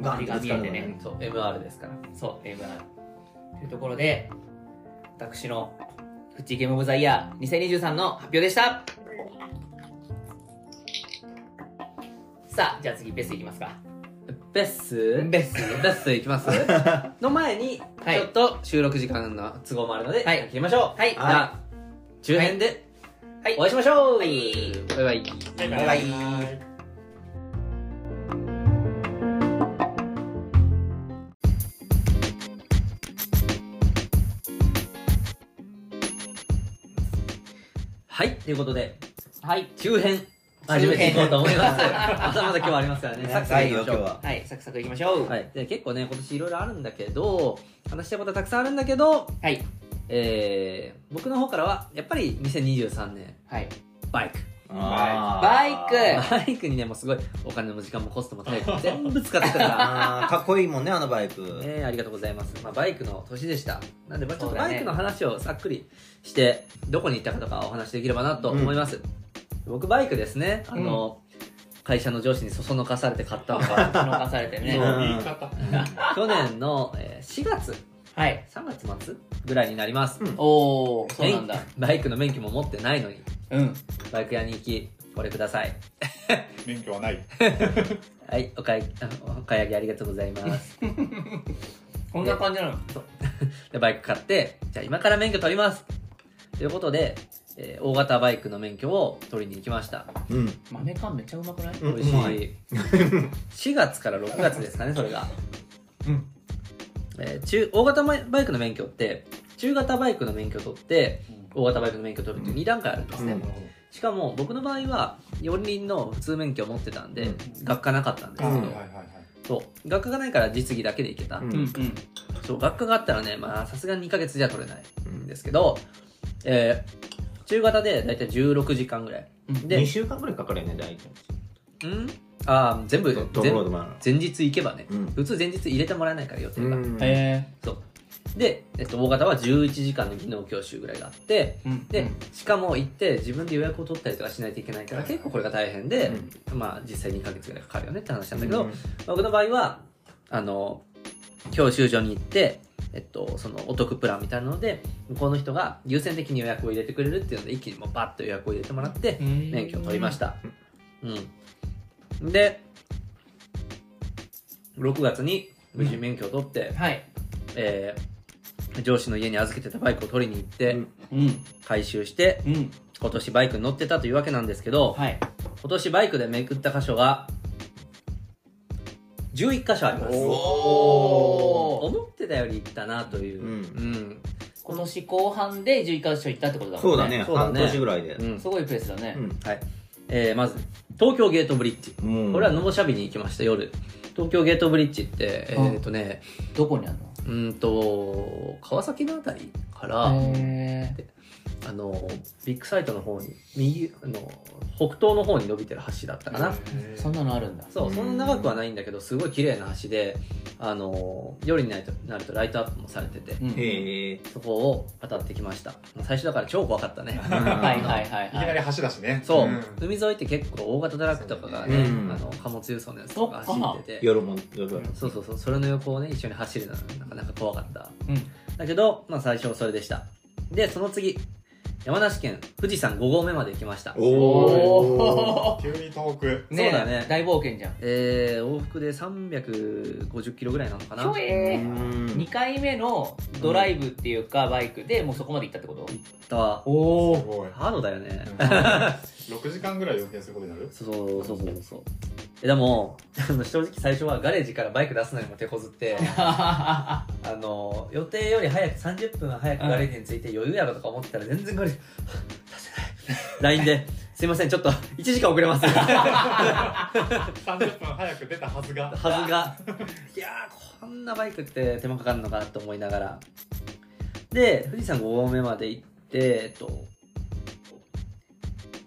Speaker 3: ガンってぶつかる
Speaker 1: 周り
Speaker 3: のが
Speaker 1: が見えてね
Speaker 2: そう MR ですから
Speaker 1: そう、MR。というところで、私のフッチーゲームオブザイヤー2023の発表でした。さあ、じゃあ次ベスいきますか。
Speaker 2: ベッス
Speaker 1: ベス。
Speaker 2: ベッスいきます の前に、
Speaker 1: はい
Speaker 2: ちょっと収録時間の都合もあるので、
Speaker 1: はい
Speaker 2: 切りましょう
Speaker 1: はい
Speaker 2: じゃあ中編で
Speaker 1: はい
Speaker 2: お会いしましょう、
Speaker 1: はい
Speaker 2: バイバイ
Speaker 4: バイ
Speaker 3: バ
Speaker 4: バ
Speaker 3: イ
Speaker 4: イ
Speaker 2: はいということで
Speaker 1: はい。
Speaker 2: 中編始めていこうと思い ますまだまだ今日ありますからねサクサク
Speaker 3: 高
Speaker 2: い
Speaker 3: い
Speaker 2: き
Speaker 3: よ
Speaker 2: まし
Speaker 3: 今
Speaker 2: ょ
Speaker 3: 日
Speaker 2: う
Speaker 3: は
Speaker 1: はい、サクサクいきましょう。はい。
Speaker 2: はい、で結構ね今年いろいろあるんだけど話したいことはたくさんあるんだけど、
Speaker 1: はい。
Speaker 2: えー僕の方からはやっぱり2023年 バイク
Speaker 1: バイク
Speaker 3: あー
Speaker 2: バイクにねもうすごいお金も時間もコストも体 力も全部使ってたから、
Speaker 3: あーかっこいいもんねあのバイク
Speaker 2: ね、ありがとうございます、まあ、バイクの年でしたなんでまあちょ
Speaker 1: そ
Speaker 2: っと
Speaker 1: うだね
Speaker 2: バイクの話をさっくりしてどこに行ったかとかお話できればなと思います、僕バイクですねあの、会社の上司にそそのかされて買ったの が
Speaker 1: そのかされてね。
Speaker 3: そう
Speaker 4: 言い方
Speaker 2: 去年のえー4月
Speaker 1: はい。
Speaker 2: 3月末ぐらいになります、
Speaker 3: うん
Speaker 1: おー、そうなんだ。
Speaker 2: バイクの免許も持ってないのに
Speaker 1: うん。
Speaker 2: バイク屋に行きこれください
Speaker 4: 免許はない
Speaker 2: はいお買い あお買い上げありがとうございます
Speaker 1: こんな感じなの。
Speaker 2: でバイク買ってじゃあ今から免許取りますということで、えー大型バイクの免許を取りに行きました
Speaker 3: うん
Speaker 1: 豆缶めっちゃうまくない
Speaker 3: うん
Speaker 2: 美味し
Speaker 3: うまい
Speaker 2: い4月から6月ですかねそれが
Speaker 1: うん、
Speaker 2: えー中大型バイクの免許って中型バイクの免許取って大型バイクの免許取るっていう2段階あるんですね、
Speaker 3: うん
Speaker 2: しかも僕の場合は四輪の普通免許を持ってたんで、
Speaker 3: うん
Speaker 2: 学科なかったんですけど、
Speaker 4: はいはいはいはい
Speaker 2: そう学科がないから実技だけでいけた、
Speaker 3: うん
Speaker 1: うんうん
Speaker 2: そう学科があったらねまあさすがに2ヶ月じゃ取れないんですけど、えー中型でだいたい16時間ぐらいで
Speaker 3: 2週間ぐらいかかるよね大体
Speaker 2: うんあー全部
Speaker 3: ド
Speaker 2: 全
Speaker 3: ロードマ
Speaker 2: 前日行けばね、
Speaker 3: うん
Speaker 2: 普通前日入れてもらえないから予定が、
Speaker 3: ン
Speaker 1: へ
Speaker 2: そうで、えっと、大型は11時間の技能教習ぐらいがあって
Speaker 1: えうん
Speaker 2: で、しかも行って自分で予約を取ったりとかしないといけないから結構これが大変で、まあ実際2ヶ月ぐらいかかるよねって話なんだけど、僕の場合はあの教習所に行って、えっと、そのお得プランみたいなので向こうの人が優先的に予約を入れてくれるっていうので一気にもうバッと予約を入れてもらって
Speaker 1: うん
Speaker 2: 免許を取りましたうんで6月に無事免許を取って、
Speaker 1: はい
Speaker 2: えー上司の家に預けてたバイクを取りに行って、
Speaker 3: うん
Speaker 1: うん
Speaker 2: 回収して
Speaker 1: うん
Speaker 2: 今年バイクに乗ってたというわけなんですけど、
Speaker 1: はい
Speaker 2: 今年バイクでめくった箇所が11箇所あります
Speaker 1: おー
Speaker 2: 思ってたよりいったなという、
Speaker 3: うん
Speaker 2: うん
Speaker 1: 今年後半で11箇所行ったってことだもんね
Speaker 3: そうだね
Speaker 2: そうだ
Speaker 3: 半
Speaker 2: ね
Speaker 3: 年ぐらいです
Speaker 1: すごいペースだね
Speaker 3: うん
Speaker 2: はいえーまず東京ゲートブリッジ
Speaker 3: うん
Speaker 2: これはのぼしゃびに行きました夜東京ゲートブリッジってえ
Speaker 1: うん
Speaker 2: ーっとね
Speaker 1: どこにあるの
Speaker 2: うーんと川崎のあたりから、
Speaker 1: へえ
Speaker 2: あのビッグサイトの方に右あの北東の方に伸びてる橋だったかな、
Speaker 4: へー
Speaker 1: そんなのあるんだ
Speaker 2: そうそんな長くはないんだけどすごい綺麗な橋であの夜になるとなるとライトアップもされてて、
Speaker 1: うん
Speaker 3: へえ
Speaker 2: そこを渡ってきました最初だから超怖かった ね
Speaker 1: はいはいはい
Speaker 4: いきな
Speaker 1: はい
Speaker 4: り橋だしね
Speaker 2: そう、
Speaker 4: ん
Speaker 2: 海沿いって結構大型トラックとかがね、
Speaker 3: うん
Speaker 2: あの貨物輸送のやつとか走ってて
Speaker 3: 夜も夜は
Speaker 2: そうそうそうそれの横をね一緒に走るのはなかなか怖かった
Speaker 1: うん
Speaker 2: だけど、まあ、最初はそれでしたでその次山梨県富士山5合目まで行きました
Speaker 3: お
Speaker 1: お
Speaker 4: 急に遠く
Speaker 1: ね
Speaker 2: そうだね
Speaker 1: 大冒険じゃん
Speaker 2: えー、往復で350キロぐらいなのかな
Speaker 1: ひょ
Speaker 2: 行
Speaker 1: えー
Speaker 3: うん
Speaker 1: 2回目のドライブっていうかバイクでもうそこまで行ったってこと
Speaker 2: った
Speaker 1: お
Speaker 4: すごい
Speaker 2: ハードだよね、
Speaker 4: 6時間ぐらい運転することになる
Speaker 2: そうそうそうそうえでもあの正直最初はガレージからバイク出すのにも手こず って
Speaker 1: あ
Speaker 2: あの予定より早く30分早くガレージに着いて余裕やろとか思ってたら全然 ガレージ出せない LINE で「すいませんちょっと1時間遅れ ます」
Speaker 4: 30分早く出たはずが
Speaker 2: はずがいやーこんなバイクって手間かかるのかと思いながらで富士山5合目まで行ってえっと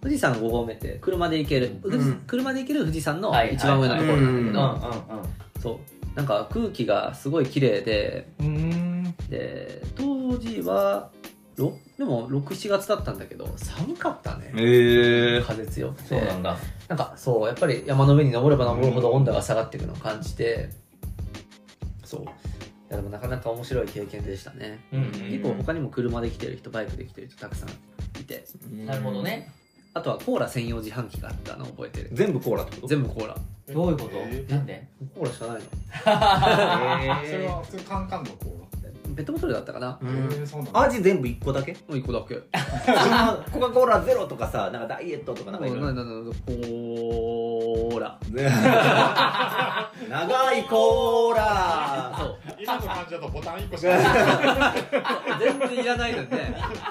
Speaker 2: 富士山5合目って車で行ける、
Speaker 3: ん
Speaker 2: 富士車で行ける富士山の
Speaker 1: はい
Speaker 2: 一番上のところなんだけど、
Speaker 3: は
Speaker 2: そうなんか空気がすごい綺麗で
Speaker 1: うんうんうん
Speaker 2: で当時はろでも67月だったんだけど寒かったね
Speaker 3: へえ
Speaker 2: 風強くて
Speaker 1: そうなんだ
Speaker 2: なんかそうやっぱり山の上に登れば登るほど温度が下がっていくのを感じてそういやでもなかなか面白い経験でしたね
Speaker 1: うん
Speaker 2: 結構他にも車で来てる人バイクで来てる人たくさんいて
Speaker 1: なるほどね
Speaker 2: あとはコーラ専用自販機があったの覚えてる
Speaker 3: 全部コーラってこと
Speaker 2: 全部コーラ
Speaker 1: どういうこと
Speaker 4: え
Speaker 1: なんで
Speaker 2: コーラしかないの
Speaker 4: ーそれは普通カンカンのこ
Speaker 2: ペットボトルだったかな
Speaker 4: う
Speaker 3: う
Speaker 4: へ
Speaker 3: ん
Speaker 4: ーそうなんだ
Speaker 3: 味全部1個だけ
Speaker 2: もう1個だけ
Speaker 3: コカ・コーラゼロとかさなんかダイエットとかなんかいろいろ
Speaker 2: なんだなんだコーラ
Speaker 3: 長いコーラ
Speaker 2: そう
Speaker 4: 今の感じだとボタン1個しかない
Speaker 2: 全然いらないので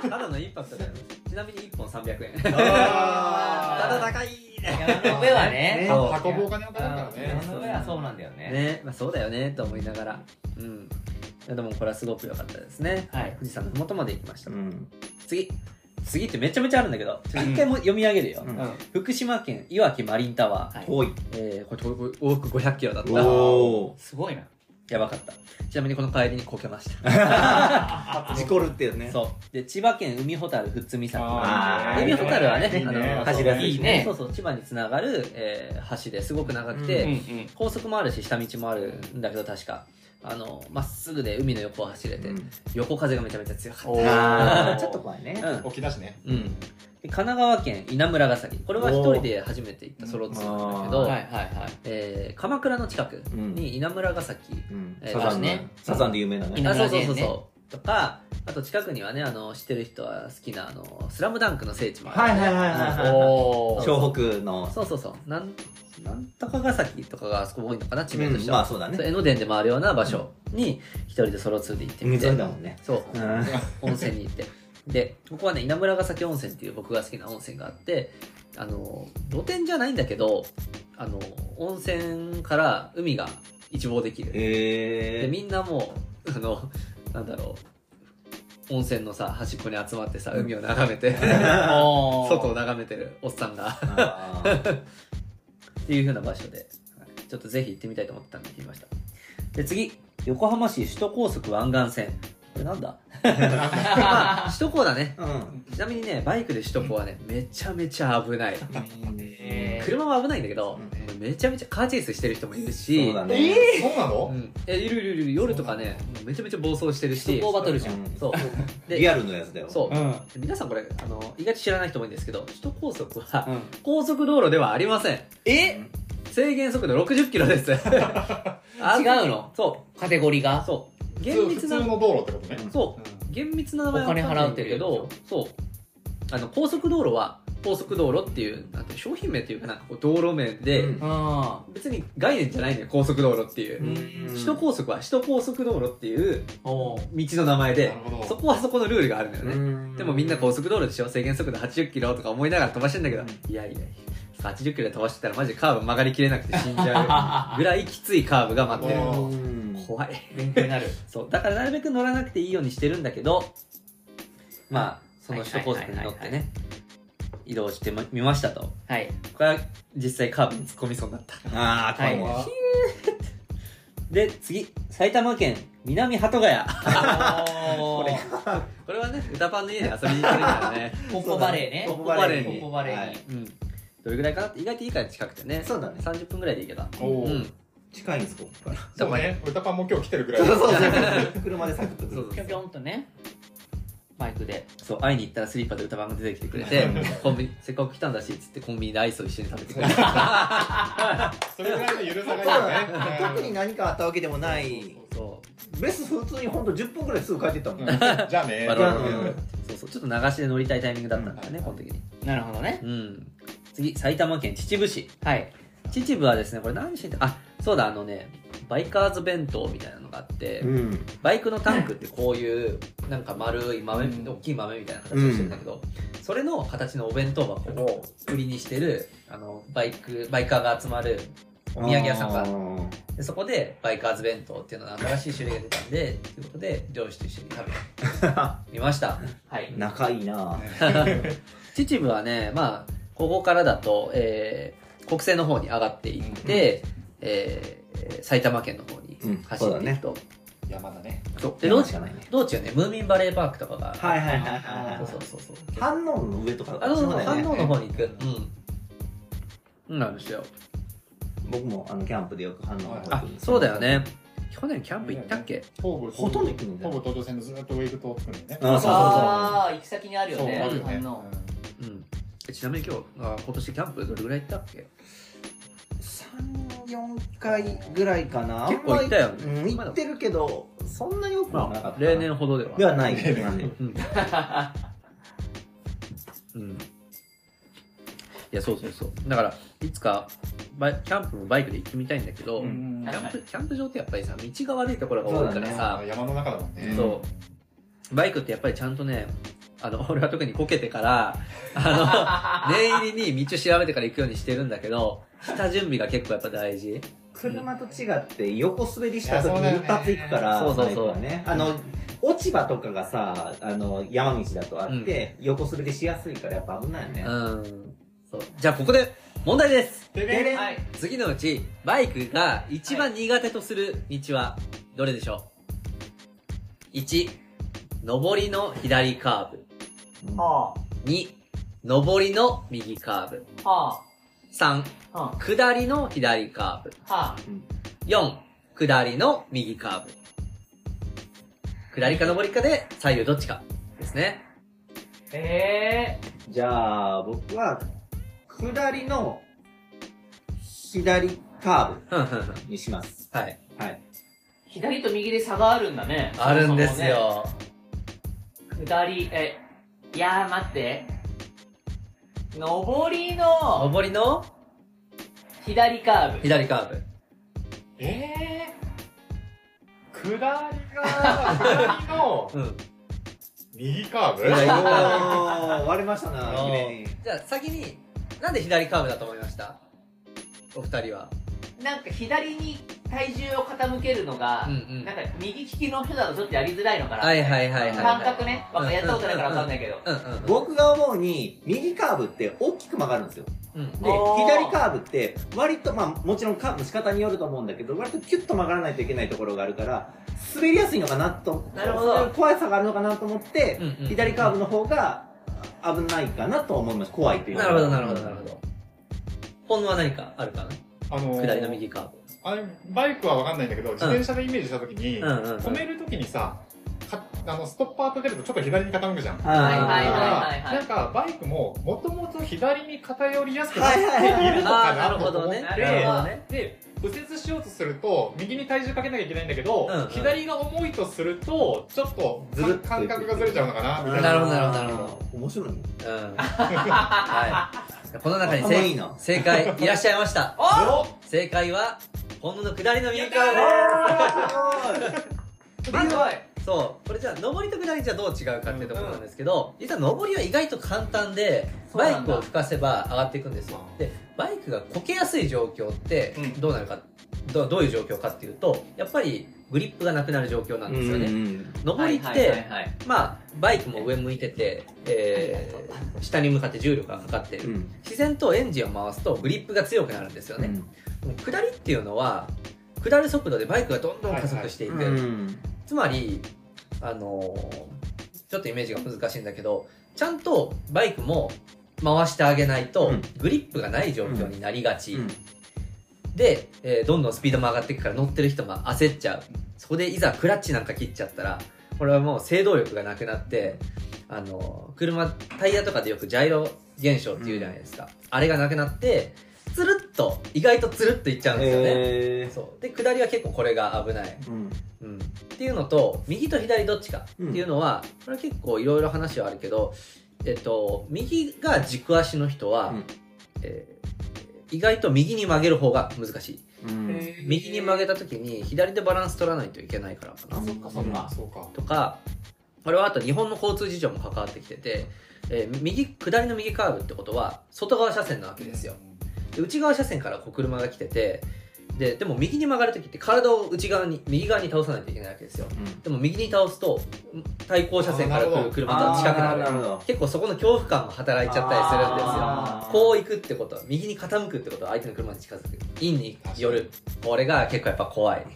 Speaker 2: ただのインパクトだよねちなみに1本300円ただ
Speaker 1: あ
Speaker 2: 高いね
Speaker 1: 山の上はね
Speaker 2: そう
Speaker 4: 運ぶお金はかかるから
Speaker 1: うん
Speaker 4: ね
Speaker 1: 山の上はそうなんだよね
Speaker 2: ねまあ、そうだよねと思いながらうんいやでもこれはすごく良かったですね
Speaker 1: はい
Speaker 2: 富士山の麓まで行きました、
Speaker 3: うん
Speaker 2: 次次ってめちゃめちゃあるんだけどちょっと一回も読み上げるよ、
Speaker 3: うん
Speaker 1: うん
Speaker 2: 福島県いわきマリンタワー、
Speaker 1: はい
Speaker 3: 遠い
Speaker 2: えー、これこれ往復500キロだった
Speaker 3: お
Speaker 1: すごいな
Speaker 2: やばかったちなみにこの帰りにこけました、
Speaker 3: ー事故るっていうね
Speaker 2: そうで千葉県海ほたる富津岬
Speaker 3: あー
Speaker 2: 海ほたるはね
Speaker 4: いいね
Speaker 2: あの
Speaker 3: 走りやすいし
Speaker 1: ね
Speaker 2: そうそう千葉につながる、えー橋ですごく長くて、
Speaker 1: うんうん
Speaker 2: 高速もあるし下道もあるんだけど確かあのまっすぐで海の横を走れて、
Speaker 3: うん
Speaker 2: 横風がめちゃめちゃ強かっ
Speaker 3: あーちょっと怖いね
Speaker 2: た、うん
Speaker 4: 起きだしね
Speaker 2: うん、で神奈川県稲村ヶ崎これは一人で初めて行ったソロツアーなんだけど、
Speaker 3: お
Speaker 1: は
Speaker 3: ー
Speaker 1: いはいはい
Speaker 2: えー鎌倉の近くに稲村ヶ崎、
Speaker 3: うん
Speaker 2: えー
Speaker 3: サザンの
Speaker 1: ね
Speaker 3: サザンで有名なね
Speaker 1: 稲
Speaker 2: あそ
Speaker 1: 村
Speaker 2: うそうそう
Speaker 1: ね
Speaker 2: そうとかあと近くにはねあの知ってる人は好きなあの「スラムダンクの聖地もある、
Speaker 3: はいはいはいはいはい
Speaker 1: おー
Speaker 3: 湘北の
Speaker 2: そうそうそうなんなんとかヶ崎とかがあそこ多いのかな地名として
Speaker 3: うんま
Speaker 2: は、
Speaker 3: あそうだ
Speaker 2: そう
Speaker 3: ね
Speaker 2: 江ノ電で回るような場所、に一人でソロ2で行ってみ
Speaker 3: 水
Speaker 2: て
Speaker 3: 飲んだもんね
Speaker 2: そう
Speaker 3: うん
Speaker 2: 温泉に行ってでここはね稲村ヶ崎温泉っていう僕が好きな温泉があってあの露天じゃないんだけどあの温泉から海が一望できるで
Speaker 3: えー
Speaker 2: みんなもうあのなんだろう温泉のさ端っこに集まってさ海を眺めて
Speaker 1: おー
Speaker 2: 外を眺めてるおっさんが
Speaker 3: あー
Speaker 2: っていう風な場所ではいちょっとぜひ行ってみたいと思ったんで行ってみましたで次横浜市首都高速湾岸線これなんだ まあ首都高だね
Speaker 3: うん
Speaker 2: ちなみにねバイクで首都高はねめちゃめちゃ危ない
Speaker 1: えー
Speaker 2: 車は危ないんだけど
Speaker 3: う
Speaker 2: めちゃめちゃカーチェイスしてる人もいるし
Speaker 3: そうだね
Speaker 4: えーそうな
Speaker 2: う
Speaker 4: の
Speaker 2: んえいるいるいるいる夜とかねめちゃめちゃ暴走してるし
Speaker 1: 首都高バトルじゃん
Speaker 3: うん
Speaker 2: そうで
Speaker 3: リアルのやつだよ
Speaker 2: そう、
Speaker 1: うん
Speaker 2: 皆さんこれあの意外と知らない人も多いんですけど首都高速は
Speaker 1: うん
Speaker 2: 高速道路ではありません
Speaker 1: え
Speaker 2: 制限速度60キロです違
Speaker 1: 違うの
Speaker 2: そ
Speaker 1: カテゴリー
Speaker 2: う
Speaker 1: が
Speaker 2: そう
Speaker 4: 普
Speaker 2: 厳
Speaker 4: 通普
Speaker 2: 密
Speaker 4: 通
Speaker 2: な
Speaker 4: の道路ってことね
Speaker 2: そう厳密な名前は
Speaker 1: お金払うてる
Speaker 2: けどそうあの高速道路は高速道路っていうなんて商品名というかなんかこう道路名で、
Speaker 3: うん
Speaker 1: あ
Speaker 2: 別に概念じゃないのよ高速道路ってい
Speaker 1: ん
Speaker 2: う、首都高速は首都高速道路っていう
Speaker 1: あおー
Speaker 2: 道の名前で
Speaker 4: なるほど
Speaker 2: そこはそこのルールがあるんだよね、
Speaker 3: うん
Speaker 2: でもみんな高速道路でしょ制限速度80キロとか思いながら飛ばしてんだけど、
Speaker 3: う
Speaker 2: いやいやいや80キロで飛ばしてたらマジカーブ曲がりきれなくて死んじゃうぐらいきついカーブが待ってる
Speaker 4: おー
Speaker 3: うん
Speaker 2: 怖い
Speaker 1: 勉強になる
Speaker 2: そうだからなるべく乗らなくていいようにしてるんだけどまあその首都高速に乗って
Speaker 1: はいはいはい
Speaker 2: ね移動してみましたと
Speaker 1: はい
Speaker 2: これは実際カーブに突っ込みそうになった
Speaker 3: ああ怖いね
Speaker 4: は
Speaker 2: で次埼玉県南鳩ヶ谷
Speaker 1: おー
Speaker 2: これはね歌パンの家で遊びに行ってるからね
Speaker 1: ポッポバレーね
Speaker 3: そう
Speaker 2: ポッポ
Speaker 3: だね
Speaker 2: バレーに
Speaker 1: ポッポバレーに
Speaker 2: うんどれぐらいかなって意外といいから近くてね
Speaker 3: そうだね
Speaker 2: 30分ぐらいで行けた
Speaker 4: おお
Speaker 2: うん
Speaker 4: ー
Speaker 3: 近いんですここから
Speaker 4: そうね歌パンも今日来てるぐら
Speaker 3: そ
Speaker 4: いうだ
Speaker 3: そうそう 車でサクッと来
Speaker 2: そう
Speaker 3: る
Speaker 2: そう
Speaker 1: ぴ
Speaker 2: そ
Speaker 1: ょん
Speaker 2: う
Speaker 1: ぴょんとねバイクで
Speaker 2: そう会いに行ったらスリッパで歌番が出てきてくれ てコンビニせっかく来たんだしっつってコンビニでアイスを一緒に食べてくれた
Speaker 4: それぐらいの緩さがいい
Speaker 3: そう
Speaker 4: よ
Speaker 3: だ
Speaker 4: ね
Speaker 3: ね特に何かあったわけでもない
Speaker 2: そ
Speaker 3: ベス普通にほんと10分ぐらいですぐ帰ってったもん
Speaker 4: うんじゃあね
Speaker 2: う
Speaker 3: バ
Speaker 2: バ
Speaker 3: ロ
Speaker 2: ロ
Speaker 3: ン
Speaker 2: ロ
Speaker 3: うん
Speaker 2: そうそうちょっと流しで乗りたいタイミングだったんだよね、
Speaker 4: うん
Speaker 2: この時に
Speaker 1: なるほどね
Speaker 2: うん次埼玉県秩父市
Speaker 1: はい
Speaker 2: 秩父はですねこれ何してたあそうだあのねバイカーズ弁当みたいなのがあって、
Speaker 3: うん
Speaker 2: バイクのタンクってこういうなんか丸い豆、
Speaker 4: うん
Speaker 2: 大きい豆みたいな形をしてるんだけど、それの形のお弁当箱を売りにしてるあのバイクバイカーが集まるお土産屋さんが
Speaker 3: あー
Speaker 2: でそこでバイカーズ弁当っていうのの新しい種類が出たんでということで上司と一緒に食べ見ました
Speaker 1: はい
Speaker 3: 仲いいな
Speaker 2: 秩父はねまあここからだと、えー国政の方に上がっていって、えー埼玉県の方に走っていくと、
Speaker 4: 山だね
Speaker 2: そうで
Speaker 3: 山
Speaker 2: 道
Speaker 3: し
Speaker 2: 中
Speaker 3: かないね
Speaker 2: 道中ねムーミンバレーパークとかが
Speaker 3: はいはいはい
Speaker 1: い
Speaker 3: は
Speaker 2: そうそうそうそう
Speaker 3: い反応の上とか
Speaker 2: あの、
Speaker 3: だよ
Speaker 2: 反
Speaker 3: ね
Speaker 2: 応の方に行く。うん。なんですよ。
Speaker 3: 僕もあのキャンプでよく反応の方行く
Speaker 2: あ、そうだよね。去年キャンプ行ったっけ
Speaker 4: 東武
Speaker 3: ほとんど行くんだよ
Speaker 4: 東武東上線のずっと上行くと着くんだよね
Speaker 3: あそうそう
Speaker 1: ああ行き先にあるよね
Speaker 4: そうあるよね
Speaker 1: 反応
Speaker 2: うん。えちなみに今日、あ今年キャンプどれぐらい行ったっけ
Speaker 3: そう34回ぐらいかな
Speaker 2: 結構行ったよね
Speaker 3: あんまりうん行ってるけどそんなに多くはなかったな
Speaker 2: 例年ほどでは。
Speaker 3: ではない
Speaker 4: 例年
Speaker 2: うん。うん。いや、そうそうそう。だから、いつか、バイキャンプもバイクで行ってみたいんだけど、
Speaker 4: う
Speaker 2: キ
Speaker 4: ん
Speaker 1: 確
Speaker 2: ャ
Speaker 1: か
Speaker 2: ンプ、キャンプ場ってやっぱりさ、道が悪いところが多いから
Speaker 3: そう
Speaker 2: さ、
Speaker 4: 山の中だもんね
Speaker 2: そうバイクってやっぱりちゃんとね、あの、 俺は特にこけてから、あの、念入りに道を調べてから行くようにしてるんだけど、下準備が結構やっぱ大事。
Speaker 3: 車と違って横滑りした時に一発行くから
Speaker 2: いやそうだよね
Speaker 3: バイクはねあの落ち葉とかがさあの山道だとあって、横滑りしやすいからやっぱ危ないよ
Speaker 2: う
Speaker 3: ね、
Speaker 2: ん。そう。じゃあここで問題です
Speaker 4: で
Speaker 3: でで
Speaker 4: ね
Speaker 1: はい
Speaker 2: 次のうち、バイクが一番苦手とする道はどれでしょう ?1、上りの左カーブ。
Speaker 1: は
Speaker 2: 2、上りの右カーブ。
Speaker 1: あは
Speaker 2: 3、
Speaker 1: あは
Speaker 2: 下りの左カーブ。
Speaker 1: あは
Speaker 2: 4下りの右カーブ下りか上りかで左右どっちかですね
Speaker 1: あ え
Speaker 3: じゃあ僕は下りの左カ
Speaker 2: ふんふんふん
Speaker 3: ーブにします
Speaker 2: はい
Speaker 3: はい
Speaker 1: ー左と右で差があるんだね
Speaker 2: あるんですよ
Speaker 1: 下りえいやー待って上りの
Speaker 2: 上りの
Speaker 1: 左カーブ
Speaker 2: 左カーブ
Speaker 4: え下りが、下りの
Speaker 2: うん
Speaker 4: 右カーブ
Speaker 2: 左
Speaker 3: おー割れましたな
Speaker 1: おー
Speaker 3: 綺麗に
Speaker 2: じゃあ先になんで左カーブだと思いましたお二人は
Speaker 1: なんか左に体重を傾けるのが、
Speaker 2: うんうん
Speaker 1: なんか右利きの人だとちょっとやりづらいのかな、
Speaker 2: はいはいはいはい
Speaker 1: 感覚ね、わか
Speaker 2: うん
Speaker 1: やったことないからわかんないけど、
Speaker 2: うんうん
Speaker 3: 僕が思うに右カーブって大きく曲がるんですよ
Speaker 2: うん
Speaker 3: で
Speaker 1: おー
Speaker 3: 左カーブって割とまあもちろんカーブの仕方によると思うんだけど割とキュッと曲がらないといけないところがあるから滑りやすいのかなと
Speaker 1: なるほど
Speaker 3: そういう怖さがあるのかなと思って
Speaker 2: うんうん
Speaker 3: 左カーブの方が危ないかなと思います怖いという
Speaker 2: なるほどなるほどなるほど本能は何かあるか
Speaker 4: あの
Speaker 2: な
Speaker 4: ー
Speaker 2: 下りの右カーブ
Speaker 4: あれバイクは分かんないんだけど自転車でイメージした時に、
Speaker 2: うんうんうん
Speaker 4: 止める時にさかあのストッパー立てるとちょっと左に傾くじゃんだか
Speaker 3: はい
Speaker 1: はいはい
Speaker 4: ら、
Speaker 1: はいはい
Speaker 4: なんかバイクももともと左に偏りやすくなって
Speaker 3: はいいはいはい
Speaker 4: るの
Speaker 2: あ
Speaker 4: か
Speaker 2: あな
Speaker 4: な
Speaker 2: るほ
Speaker 4: と
Speaker 2: ど
Speaker 4: 思っ
Speaker 2: ね
Speaker 4: て、
Speaker 1: な
Speaker 2: なるほどね
Speaker 4: で右折しようとすると右に体重かけなきゃいけないんだけど、
Speaker 2: うんうん
Speaker 4: 左が重いとするとちょっと
Speaker 3: ずるっと
Speaker 4: 感覚がずれちゃうのかなみたいな
Speaker 2: なるほどなるほどなるほ
Speaker 3: ど面白いね
Speaker 2: うんはいこの中に
Speaker 3: 頭いいな
Speaker 2: 正正解いらっしゃいました
Speaker 4: お
Speaker 2: 正解は本能の下りの右カ
Speaker 3: あ
Speaker 2: ー
Speaker 3: ーすごい
Speaker 1: すごい
Speaker 2: ブそうこれじゃあ上りと下りじゃどう違うかっていうところなんですけど、実は上りは意外と簡単で
Speaker 1: そう
Speaker 2: バ
Speaker 1: な
Speaker 2: イ
Speaker 1: んだ
Speaker 2: クを吹かせば上がっていくんですよでバイクがこけやすい状況って
Speaker 4: うん
Speaker 2: どうなるか、どどういう状況かっていうとやっぱりグリップがなくなる状況なんですよね、
Speaker 3: うん
Speaker 2: 上りって、
Speaker 1: はいはいはいはい
Speaker 2: まあバイクも上向いてて、えー下に向かって重力がかかってる、
Speaker 3: うん
Speaker 2: 自然とエンジンを回すとグリップが強くなるんですよね、下りっていうのは下る速度でバイクがどんどん加速していく、
Speaker 3: うん
Speaker 2: つまりあのーちょっとイメージが難しいんだけどちゃんとバイクも回してあげないと、
Speaker 3: うん
Speaker 2: グリップがない状況になりがち、
Speaker 3: うん
Speaker 2: で、えーどんどんスピードも上がっていくから乗ってる人も焦っちゃうそこでいざクラッチなんか切っちゃったらこれはもう制動力がなくなってあの車タイヤとかでよくジャイロ現象っていうじゃないですか、あれがなくなってつるっと意外とつるっといっちゃうんですよね、
Speaker 3: へー
Speaker 2: そうで下りは結構これが危ない、
Speaker 3: うん
Speaker 2: うん、っていうのと右と左どっちかっていうのは、これは結構いろいろ話はあるけど、えっと、右が軸足の人は、
Speaker 3: うん
Speaker 2: えー意外と右に曲げる方が難しい
Speaker 3: うん
Speaker 2: 右に曲げた時に左でバランス取らないといけないからかな
Speaker 1: あそっかそっか
Speaker 4: そうか
Speaker 2: とかこれはあと日本の交通事情も関わってきてて、えー右下りの右カーブってことは外側車線なわけですよで内側車線からこう車が来ててででも右に曲がる時って体を内側に右側に倒さないといけないわけですよでも右に倒すと対向車線から来る車とは近くなる
Speaker 3: あーなるほど
Speaker 2: 結構そこの恐怖感も働いちゃったりするんですよ
Speaker 3: あー
Speaker 2: こう行くってことは右に傾くってことは相手の車に近づくインによるこれが結構やっぱ怖い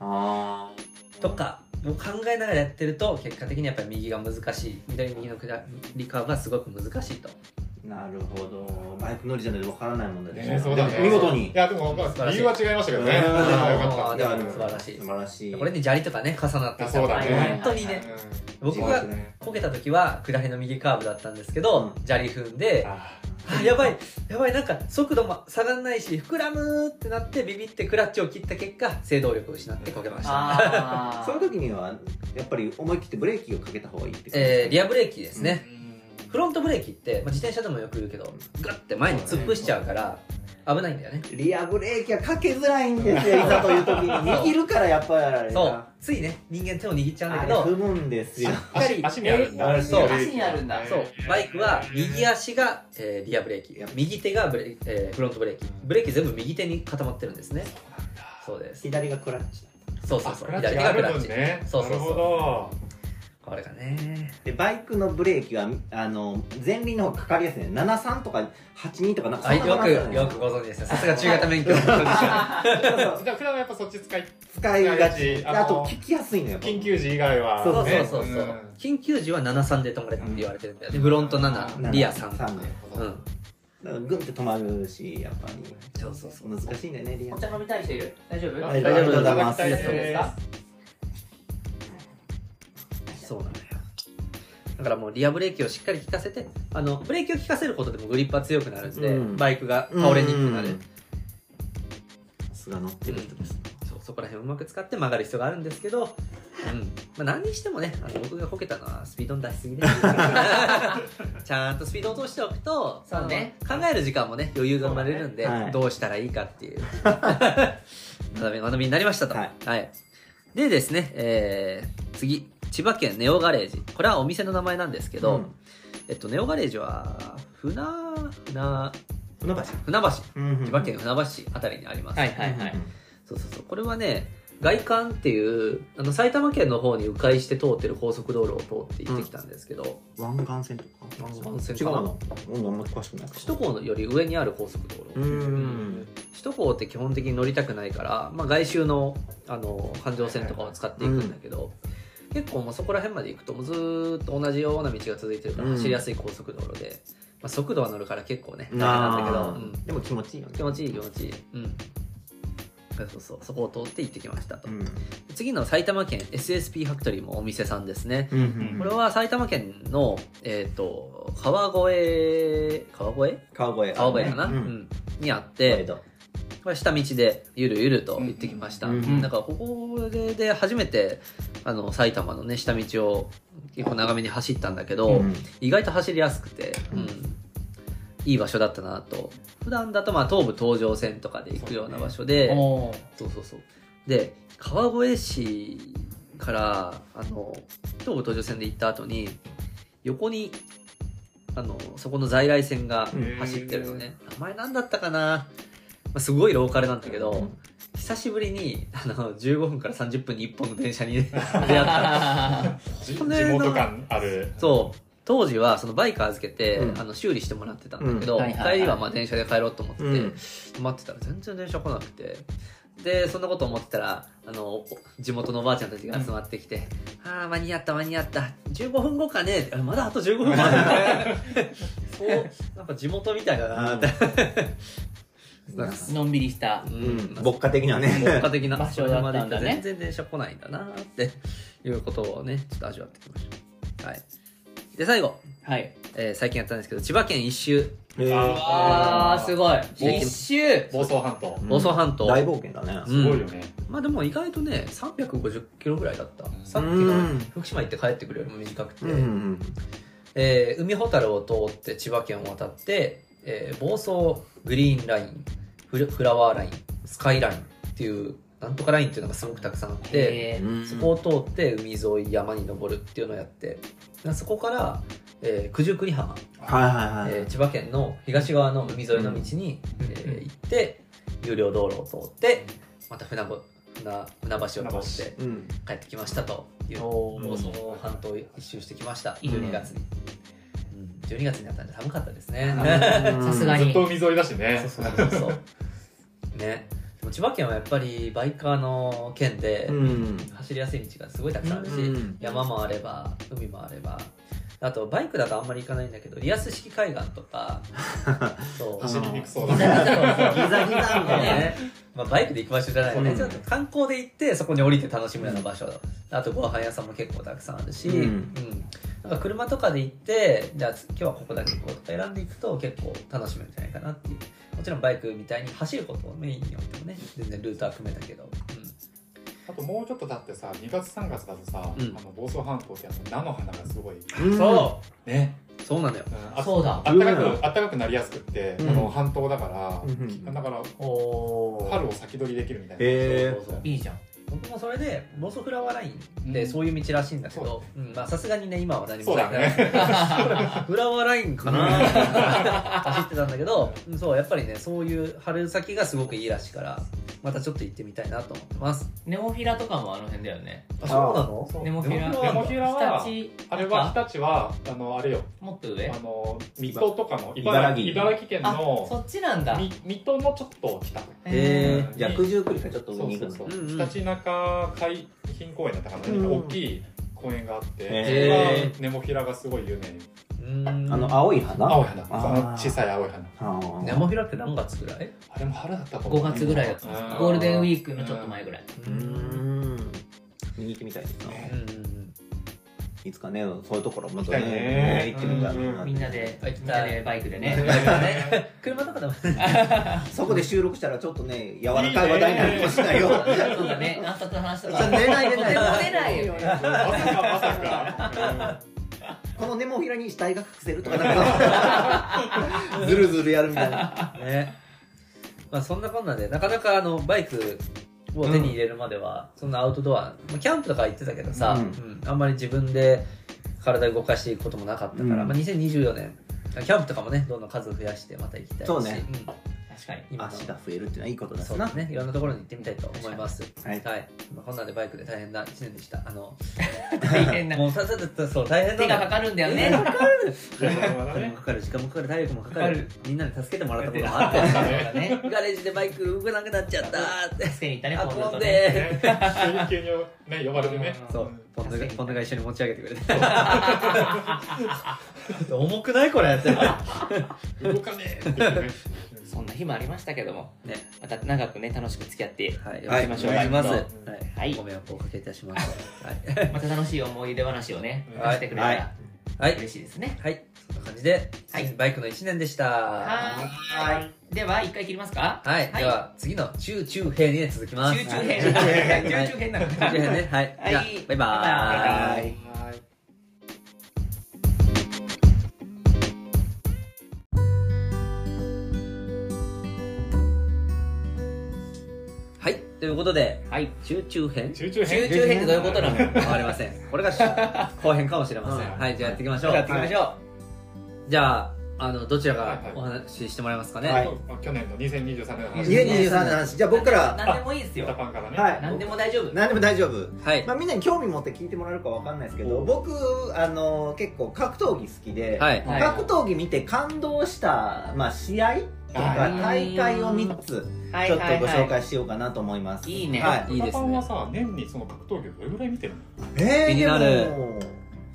Speaker 3: あ
Speaker 2: とかもう考えながらやってると結果的にやっぱり右が難しい左右の下りカーブがすごく難しいと
Speaker 3: ーなるほどバイク乗りじゃないとわからないもんだ
Speaker 4: ねそうだね
Speaker 3: でも見事に
Speaker 4: いやでもまあ理由は違いましたけどね
Speaker 3: うん
Speaker 4: よか
Speaker 2: あ
Speaker 4: っ
Speaker 2: で
Speaker 4: た
Speaker 2: も素晴らしい
Speaker 3: 素晴らしい
Speaker 2: これね砂利とかね重なって
Speaker 4: あ
Speaker 2: き
Speaker 4: そうだ
Speaker 2: た
Speaker 4: ね
Speaker 2: 本当にね僕
Speaker 3: 地
Speaker 2: が
Speaker 3: 獄ね
Speaker 2: こけた時は下りの右カーブだったんですけど、
Speaker 3: うん
Speaker 2: 砂利踏んで
Speaker 4: あ
Speaker 2: あ やばいやばいなんか速度も下がんないし膨らむってなってビビってクラッチを切った結果制動力を失ってこけました
Speaker 1: あー
Speaker 3: そういう時にはやっぱり思い切ってブレーキをかけた方がいいってこと
Speaker 2: えー、リ
Speaker 3: ア
Speaker 2: アブレーキですね、
Speaker 4: ー
Speaker 2: フロントブレーキって、まあ、自転車でもよく言うけどガッて前に突っ伏しちゃうから危ないんだよね
Speaker 3: リアブレーキはかけづらいんですよいざという時に握るからやっぱりあれ
Speaker 2: そうついね人間手を握っちゃうんだ
Speaker 3: あ
Speaker 2: け
Speaker 3: れ
Speaker 2: ど
Speaker 3: 踏むんですよ
Speaker 2: かり
Speaker 4: 足足にあるんだ
Speaker 2: そう
Speaker 1: 足にあるんだ
Speaker 2: そうバイクは右足が、えーリアブレーキ右手がブレ、えーフロントブレーキブレーキ全部右手に固まってるんですねそうです
Speaker 3: 左がクラッチ
Speaker 2: そうそう
Speaker 4: あ
Speaker 2: そ
Speaker 4: ク
Speaker 2: う
Speaker 4: ラ
Speaker 2: 左手
Speaker 4: ッチ
Speaker 2: が
Speaker 4: あ
Speaker 2: ク
Speaker 4: る
Speaker 2: ラッ
Speaker 4: もん
Speaker 2: チ
Speaker 4: ね
Speaker 2: そうそうそう
Speaker 4: なるほど
Speaker 2: これがね
Speaker 3: でバイクのブレーキはあの前輪の方がかかりやすいね73とか82とかなんか
Speaker 2: はい、よく、よく
Speaker 3: く
Speaker 2: ご存知ですね。さすが中型免許。
Speaker 4: じゃあ普段はやっぱそっち使い
Speaker 3: 使いがち
Speaker 4: あの
Speaker 3: あと聞きやすいのよ
Speaker 4: 緊急時以外は
Speaker 3: そう
Speaker 2: そう
Speaker 4: ね
Speaker 2: そうそうそ
Speaker 4: ん
Speaker 2: う。緊急時は73で止まれって言われてるんだよね。フロント7、リア3。
Speaker 3: 3で
Speaker 2: うん。
Speaker 3: だからグンって止まるしやっぱり
Speaker 2: そうそうそう。
Speaker 3: 難しいんだよねリア
Speaker 1: お茶飲みたい人いる大丈夫
Speaker 4: あ
Speaker 3: はい大丈夫でございます
Speaker 4: ただ
Speaker 1: 大
Speaker 4: き
Speaker 1: 丈夫
Speaker 4: たい
Speaker 1: です
Speaker 4: で
Speaker 1: か
Speaker 2: そうなんだよ。だからもうリアブレーキをしっかり効かせて、あの、ブレーキを効かせることでもグリップは強くなるんで、
Speaker 3: うん
Speaker 2: バイクが倒れにくくなる。
Speaker 3: うんさすが乗ってる人ですね
Speaker 2: そうそこら辺をうまく使って曲がる必要があるんですけど、うんまあ、何にしてもねあの僕がこけたのはスピードの出しすぎですちゃんとスピードを落としておくと
Speaker 1: そうね
Speaker 2: あの考える時間もね余裕が生まれるんで、
Speaker 3: そうだねはい
Speaker 2: どうしたらいいかっていう学び学びになりましたと、
Speaker 3: は
Speaker 2: はいいでですね、えー次千葉県ネオガレージこれはお店の名前なんですけど、
Speaker 3: うん
Speaker 2: えっと、ネオガレージは船船
Speaker 3: 船橋
Speaker 2: 船橋千
Speaker 3: 千
Speaker 2: 葉県船橋市あたりにあります、
Speaker 1: はいはいはい、
Speaker 2: そうそうそうこれはね外環っていうあの埼玉県の方に迂回して通ってる高速道路を通って行ってきたんですけど、
Speaker 3: 湾岸線とか
Speaker 2: 湾岸線
Speaker 3: 違
Speaker 2: か
Speaker 3: う
Speaker 2: な
Speaker 3: の温度あんま詳しくない
Speaker 2: 首都高より上にある高速道路、
Speaker 3: うーん
Speaker 2: 首都高って基本的に乗りたくないから、まあ、外周のあの環状線とかを使っていくんだけど、結構もうそこら辺まで行くともうずーっと同じような道が続いてるから
Speaker 3: うん
Speaker 2: 走りやすい高速道路で、まあ、速度は乗るから結構ね大変
Speaker 3: な
Speaker 2: なんだけど、
Speaker 3: あ
Speaker 2: うん
Speaker 3: でも気持ちいいよね
Speaker 2: 気持ちいい気持ちいい、うん、そうそうそうそこを通って行ってきましたと、
Speaker 3: うん
Speaker 2: 次の埼玉県 SSP ファクトリーもお店さんですね
Speaker 3: うん
Speaker 1: うん
Speaker 2: これは埼玉県の、えー、と川越川越
Speaker 3: 川越
Speaker 2: 川越かな、
Speaker 3: う
Speaker 2: うん
Speaker 3: ん
Speaker 2: にあっ
Speaker 3: 川
Speaker 2: て
Speaker 3: 越だ
Speaker 2: これ下道でゆるゆると行ってきました、
Speaker 3: うん
Speaker 1: うん
Speaker 2: だからここでで初めてあの埼玉のね下道を結構長めに走ったんだけど、
Speaker 3: うん
Speaker 2: 意外と走りやすくて、うん
Speaker 3: うん
Speaker 2: いい場所だったなと普段だとまあ東武東上線とかで行くような場所で、
Speaker 1: おー
Speaker 2: そうそうそうで川越市からあの東武東上線で行った後に横にあのそこの在来線が走ってるのね名前なんだったかな、まあ、すごいローカルなんだけど、
Speaker 3: うん
Speaker 2: 久しぶりにあの15分から30分に1本の電車 に出会った
Speaker 4: じ地
Speaker 2: これな
Speaker 4: 元感ある
Speaker 2: そう当時はそのバイク預けて、
Speaker 3: うん
Speaker 2: あの修理してもらってたんだけど、
Speaker 1: うんはいはいはい
Speaker 2: 帰りはまあ電車で帰ろうと思ってて、
Speaker 3: うん
Speaker 2: 待ってたら全然電車来なくてでそんなこと思ってたらあのお地元のおばあちゃんたちが集まってきて「ああ間に合った間に合った15分後かね」あまだあと15分後だ ね」そうなんか地元みたいだ なって、なんか
Speaker 1: のんびりした
Speaker 2: う
Speaker 3: うん
Speaker 2: ん
Speaker 3: 牧歌的なね
Speaker 2: 文化的な
Speaker 1: 場所だったんだね
Speaker 2: それまで行全然電車来ないんだなっていうことをねちょっと味わってきましたはいで最後、
Speaker 1: はい
Speaker 2: えー最近やったんですけど千葉県一周
Speaker 3: へー
Speaker 4: あ
Speaker 1: あーすごい
Speaker 4: ー
Speaker 1: 一周
Speaker 4: 房総半島
Speaker 3: うん
Speaker 2: 房総半島
Speaker 3: 大冒険だね
Speaker 2: うん
Speaker 4: すごいよね
Speaker 2: まあでも意外とね350キロぐらいだったさっき
Speaker 3: う
Speaker 2: の
Speaker 3: ん
Speaker 2: 福島行って帰ってくるよりも短くて、
Speaker 3: うん
Speaker 2: えー海ほたるを通って千葉県を渡って、えー房総グリーンラインフルフラワーラインスカイラインっていうなんとかラインっていうのがすごくたくさんあって
Speaker 1: へ
Speaker 3: う
Speaker 1: ー
Speaker 3: ん
Speaker 2: そこを通って海沿い山に登るっていうのをやってそこから、えー九十九里浜、
Speaker 3: はいはいはい
Speaker 2: えー千葉県の東側の海沿いの道に、
Speaker 1: うん
Speaker 2: えー行って有料道路を通ってまた船ぼ船船橋を通って
Speaker 3: うん
Speaker 2: 帰ってきましたという
Speaker 1: お
Speaker 2: 房
Speaker 1: ー
Speaker 2: 総半島を一周してきました
Speaker 1: うん
Speaker 2: 12月に、うん12月になったんで寒かったですね
Speaker 1: さすが
Speaker 4: ずっ
Speaker 1: に
Speaker 4: と海沿いだしね
Speaker 2: そうそうそうそうねでも千葉県はやっぱりバイカーの県で、
Speaker 3: うん
Speaker 2: 走りやすい道がすごいたくさんあるし、
Speaker 3: うん
Speaker 2: 山もあれば海もあればあとバイクだとあんまり行かないんだけどリアス式海岸とかそう
Speaker 4: 走りにくそう
Speaker 2: ギザ
Speaker 4: だ
Speaker 2: ギ
Speaker 4: ね
Speaker 2: ザ
Speaker 3: ギザギザみたいな
Speaker 2: ね、まあ、バイクで行く場所じゃないよね、
Speaker 3: うん
Speaker 2: ちょっと観光で行ってそこに降りて楽しむような場所、あとご飯屋さんも結構たくさんあるし、
Speaker 3: うん
Speaker 2: うんなんか車とかで行ってじゃあ今日はここだけ行こうとか選んでいくと結構楽しめるんじゃないかなっていうもちろんバイクみたいに走ることをメインにおいてもね全然ルートは組めたけど、うん
Speaker 4: あともうちょっとだってさ2月3月だとさ、
Speaker 2: うん
Speaker 4: あの房総半島ってあの菜の花がすごい
Speaker 3: うん
Speaker 2: そう
Speaker 4: ね、
Speaker 2: そうなのよ
Speaker 4: うん、あ
Speaker 1: そうだ
Speaker 4: あったかくあったかくなりやすくって、
Speaker 3: うん
Speaker 4: あの半島だから、
Speaker 3: うん
Speaker 4: だから
Speaker 1: おー
Speaker 4: 春を先取りできるみたいな、
Speaker 3: へ
Speaker 2: そう
Speaker 3: ー
Speaker 2: そうそう
Speaker 1: いいじゃん
Speaker 2: 僕もそれでボソフラワーラインで
Speaker 4: うん
Speaker 2: そういう道らしいんだけどうんまあさすがにね今は何も
Speaker 4: そうだ
Speaker 2: ない
Speaker 4: ね
Speaker 2: フラワーラインかな走ってたんだけどうんそうやっぱりねそういう春先がすごくいいらしいからまたちょっと行ってみたいなと思ってます
Speaker 1: ネモフィラとかもあの辺だよね
Speaker 2: あ
Speaker 3: そうな
Speaker 2: の
Speaker 4: そう
Speaker 1: ネモフィラ
Speaker 4: ネモフィラは
Speaker 1: 日立
Speaker 4: あれは日立はあのあれよ
Speaker 1: もっと
Speaker 4: あ
Speaker 1: 上
Speaker 4: の水戸とかの
Speaker 3: 茨
Speaker 4: 茨
Speaker 3: 城
Speaker 4: 城茨城県
Speaker 1: あ
Speaker 4: の
Speaker 1: そっちなんだ
Speaker 4: み水戸のちょっと北
Speaker 3: へ
Speaker 1: へ
Speaker 3: ーじゃあ九十九里からちょっと上
Speaker 4: そう
Speaker 3: に行
Speaker 4: そう
Speaker 3: くの
Speaker 4: そう、
Speaker 2: うんうん
Speaker 4: ひたちなか海浜公園だったか
Speaker 3: う
Speaker 4: な、
Speaker 3: ん
Speaker 4: 大きい公園があって、
Speaker 3: へー
Speaker 4: それがネモフィラがすごい有名
Speaker 3: あ
Speaker 2: あ
Speaker 3: の青い花
Speaker 4: 青い花
Speaker 3: ー
Speaker 4: その小さい青い花
Speaker 3: あー
Speaker 2: ネモフィラって何月ぐらい
Speaker 4: あれも春だったと思
Speaker 1: 5
Speaker 4: う
Speaker 1: 月ぐらいだったんです
Speaker 4: うん
Speaker 1: ゴールデンウィークのちょっと前ぐらい
Speaker 3: うん見に行ってみたいですな
Speaker 4: ね
Speaker 2: うんうんうん
Speaker 3: いつかねそういうところもっと
Speaker 4: 行きた
Speaker 3: ね
Speaker 4: いね
Speaker 3: 行ってみたい
Speaker 4: うん
Speaker 1: みんなで
Speaker 2: 行
Speaker 1: み
Speaker 2: きた
Speaker 1: ん
Speaker 2: い
Speaker 1: なでバイクでね
Speaker 2: バイクだね車とかでも
Speaker 3: そこで収録したらちょっとね柔らかい話題になるかもしれない よ
Speaker 1: そうだね暗殺の話とか
Speaker 3: 出ない出
Speaker 1: と
Speaker 3: ない
Speaker 1: ても出ないよね
Speaker 4: まさかまさか、
Speaker 3: このネモフィラに死体が隠せるとかなんかずるずるやるみたいな
Speaker 2: ねまあそんなこんなでなかなかあのバイクを手に入れるまでは、そんなアウトドアまあキャンプとか行ってたけどさ、
Speaker 3: うん
Speaker 2: うんあんまり自分で体動かしていくこともなかったから、
Speaker 3: うん
Speaker 2: まあ、2024年キャンプとかもねどんどん数増やしてまた行きたいし
Speaker 3: そうね
Speaker 2: ん
Speaker 1: 確かに
Speaker 2: 今の
Speaker 3: 足が増えるってのはいいことだし
Speaker 2: そう
Speaker 3: な
Speaker 2: ですねいろんなところに行ってみたいと思います
Speaker 3: はい
Speaker 2: はいまあこんなんでバイクで大変な1年でしたあの
Speaker 1: 大変な
Speaker 2: もうささささそう大変
Speaker 1: 手が
Speaker 2: な
Speaker 1: か
Speaker 2: の
Speaker 1: かるんだよね
Speaker 2: かかる
Speaker 4: 車が
Speaker 2: 金も
Speaker 4: ね
Speaker 2: かかる時間もかかる体力もかかる
Speaker 1: かかる
Speaker 2: みんなで助けてもらったこともあ
Speaker 1: あ
Speaker 2: っ
Speaker 1: ったた
Speaker 2: よ
Speaker 1: よ
Speaker 2: ね
Speaker 1: ね
Speaker 2: ガレージでバイク動かなくなっちゃったーって
Speaker 1: 助けに行ったねポンド
Speaker 2: 運
Speaker 1: と
Speaker 2: ん
Speaker 1: ね
Speaker 2: で
Speaker 4: ね急に急にね呼ばれてね
Speaker 1: うん
Speaker 2: そう、ポンドが
Speaker 1: 助けに
Speaker 2: ポンドが一緒に持ち上げてくれて。重くないこれって。
Speaker 4: 動かねえって言ってね
Speaker 1: そんな日もありましたけども
Speaker 2: ね、
Speaker 1: また長くね楽しく付き合って
Speaker 2: はい、
Speaker 3: はい
Speaker 2: お願いします。は
Speaker 1: はいい、
Speaker 2: ご迷惑をおかけいた します。はい、
Speaker 1: また楽しい思い出話をね
Speaker 4: うん
Speaker 1: 聞かせてくれたら
Speaker 2: はい、
Speaker 1: 嬉しいですね
Speaker 2: はい、そんな感じで、
Speaker 1: はい
Speaker 2: バイクの一年でした。
Speaker 1: は
Speaker 2: は
Speaker 1: ーいでは一回切りますか
Speaker 2: い、では、次の中中編に、ね、続きます。
Speaker 1: 集中編
Speaker 2: はい
Speaker 1: 集中編なの
Speaker 2: 中中編ね、はい、
Speaker 1: はい
Speaker 2: じゃあ、バイバ
Speaker 1: バイバ
Speaker 2: ー
Speaker 1: イ。
Speaker 2: イ
Speaker 4: はい
Speaker 2: はい、ということで、
Speaker 1: はい
Speaker 2: 中中編。
Speaker 4: 集中編
Speaker 1: 集中編ってどういうことなの
Speaker 2: わかりません。これが後編かもしれません。
Speaker 4: うん
Speaker 2: はい、じゃあやっていきましょう。
Speaker 1: やっていきましょう
Speaker 2: じゃあ、あの、どちら
Speaker 4: はい
Speaker 2: が
Speaker 4: はい
Speaker 2: お話ししてもらえますかね。
Speaker 3: はい
Speaker 4: まあ去年の2023年の話
Speaker 2: 2023
Speaker 3: 2023の話じゃあ僕から
Speaker 1: 何でもいいです
Speaker 4: ジャ
Speaker 1: よ
Speaker 4: パンからね、
Speaker 3: はい
Speaker 1: 何でも大丈夫
Speaker 3: 何でも大丈夫
Speaker 2: はい。
Speaker 3: まあ、みんなに興味持って聞いてもらえるかわかんないですけど僕あの結構格闘技好きで、
Speaker 2: はい。
Speaker 1: はい
Speaker 3: 格闘技見て感動した、まあ、試合とか大会を3つ
Speaker 1: は
Speaker 3: ちょっとご紹
Speaker 1: は
Speaker 3: 介しようかなと思います、
Speaker 1: いいね
Speaker 3: はい、
Speaker 2: いい
Speaker 4: ジ
Speaker 2: で
Speaker 4: ャパ
Speaker 2: す
Speaker 4: ンは
Speaker 2: ね。
Speaker 4: さ年にその格闘技をどれぐらい見てるの
Speaker 3: え
Speaker 2: 気になる
Speaker 3: でも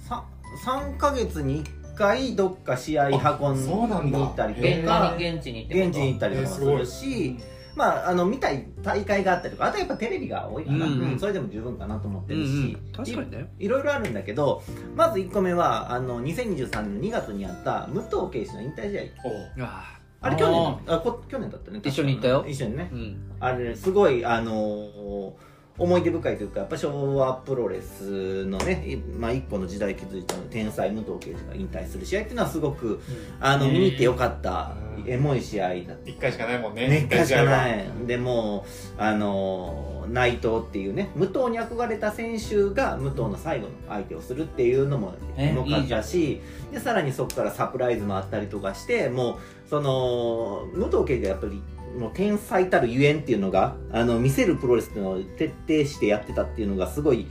Speaker 3: さ3ヶ月に1回どっか試合運んで
Speaker 4: そうなんだ
Speaker 3: 行ったり
Speaker 1: い現
Speaker 3: とか
Speaker 1: 場に現地に行って
Speaker 3: 現地に行ったりとかもするし、まあ、あの見たい大会があったりとかあとやっぱテレビが多いかな、
Speaker 2: うんうん
Speaker 3: うんそれでも十分かなと思って
Speaker 2: うんう
Speaker 3: るし、
Speaker 2: ん。確かにね。
Speaker 3: いろいろあるんだけどまず1個目はあの2023年の2月にやった武藤敬司の引退試合
Speaker 4: おう
Speaker 2: ああ。
Speaker 3: あれ去年だあこ去年だったね
Speaker 2: 一緒に行ったよ
Speaker 3: 一緒にね
Speaker 2: うん。
Speaker 3: あれすごいあのー思い出深いというかやっぱ昭和プロレスのね、いまあ、一個の時代築いた天才武藤敬司が引退する試合っていうのはすごくあの
Speaker 4: うん
Speaker 3: 見に行ってよかった
Speaker 4: うん
Speaker 3: エモい試合だった
Speaker 4: 一回しかないもんね
Speaker 3: ね、
Speaker 4: 一回
Speaker 3: しか
Speaker 4: は
Speaker 3: ないでもうあのー内藤っていうね武藤に憧れた選手が武藤の最後の相手をするっていうのも
Speaker 1: え
Speaker 3: エモかったしでさらにそこからサプライズもあったりとかしてもうその武藤家がやっぱりもう天才たるゆえんっていうのがあの見せるプロレスっていうのを徹底してやってたっていうのがすごい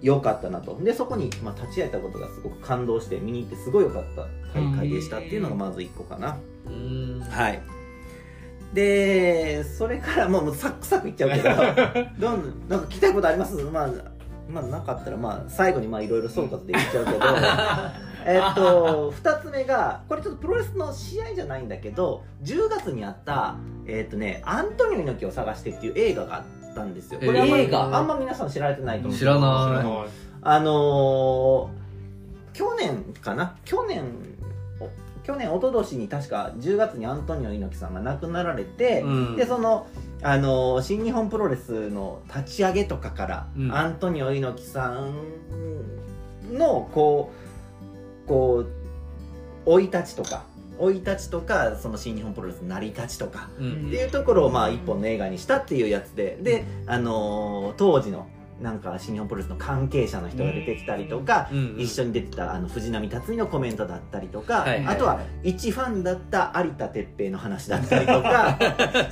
Speaker 3: 良かったなとでそこに、まあ、立ち会えたことがすごく感動して見に行ってすごい良かった大会でしたっていうのがまず1個かな。
Speaker 2: うーん。
Speaker 3: はいでそれからもうもうサクサクいっちゃうけど どんどんなんか聞きたいことありますまあまあなかったらまあ最後にまあいろいろ総括できちゃうけど えっと2つ目がこれちょっとプロレスの試合じゃないんだけど10月にあったえっとね「アントニオ猪木を探して」っていう映画があったんですよこれあんま
Speaker 1: 映画
Speaker 3: あんま皆さん知られてないと思う
Speaker 2: 知ら
Speaker 4: 知ら
Speaker 2: な
Speaker 4: ない
Speaker 3: あのー去年かな去年お去年一昨年に確か10月にアントニオ猪木さんが亡くなられ
Speaker 2: い。
Speaker 3: て、
Speaker 2: ん
Speaker 3: でその、あのー新日本プロレスの立ち上げとかから、
Speaker 2: うん
Speaker 3: アントニオ猪木さんのこうこう生い立ちとか生い立ちとかその新日本プロレスの成り立ちとか
Speaker 2: うん。
Speaker 3: っていうところをまあ一本の映画にしたっていうやつでで、あのー当時のなんか新日本プロレスの関係者の人が出てきたりとか、
Speaker 2: うん
Speaker 3: 一緒に出てたあの藤波辰巳のコメントだったりとか、
Speaker 2: はいはいはい
Speaker 3: あとは一ファンだった有田哲平の話だったり とか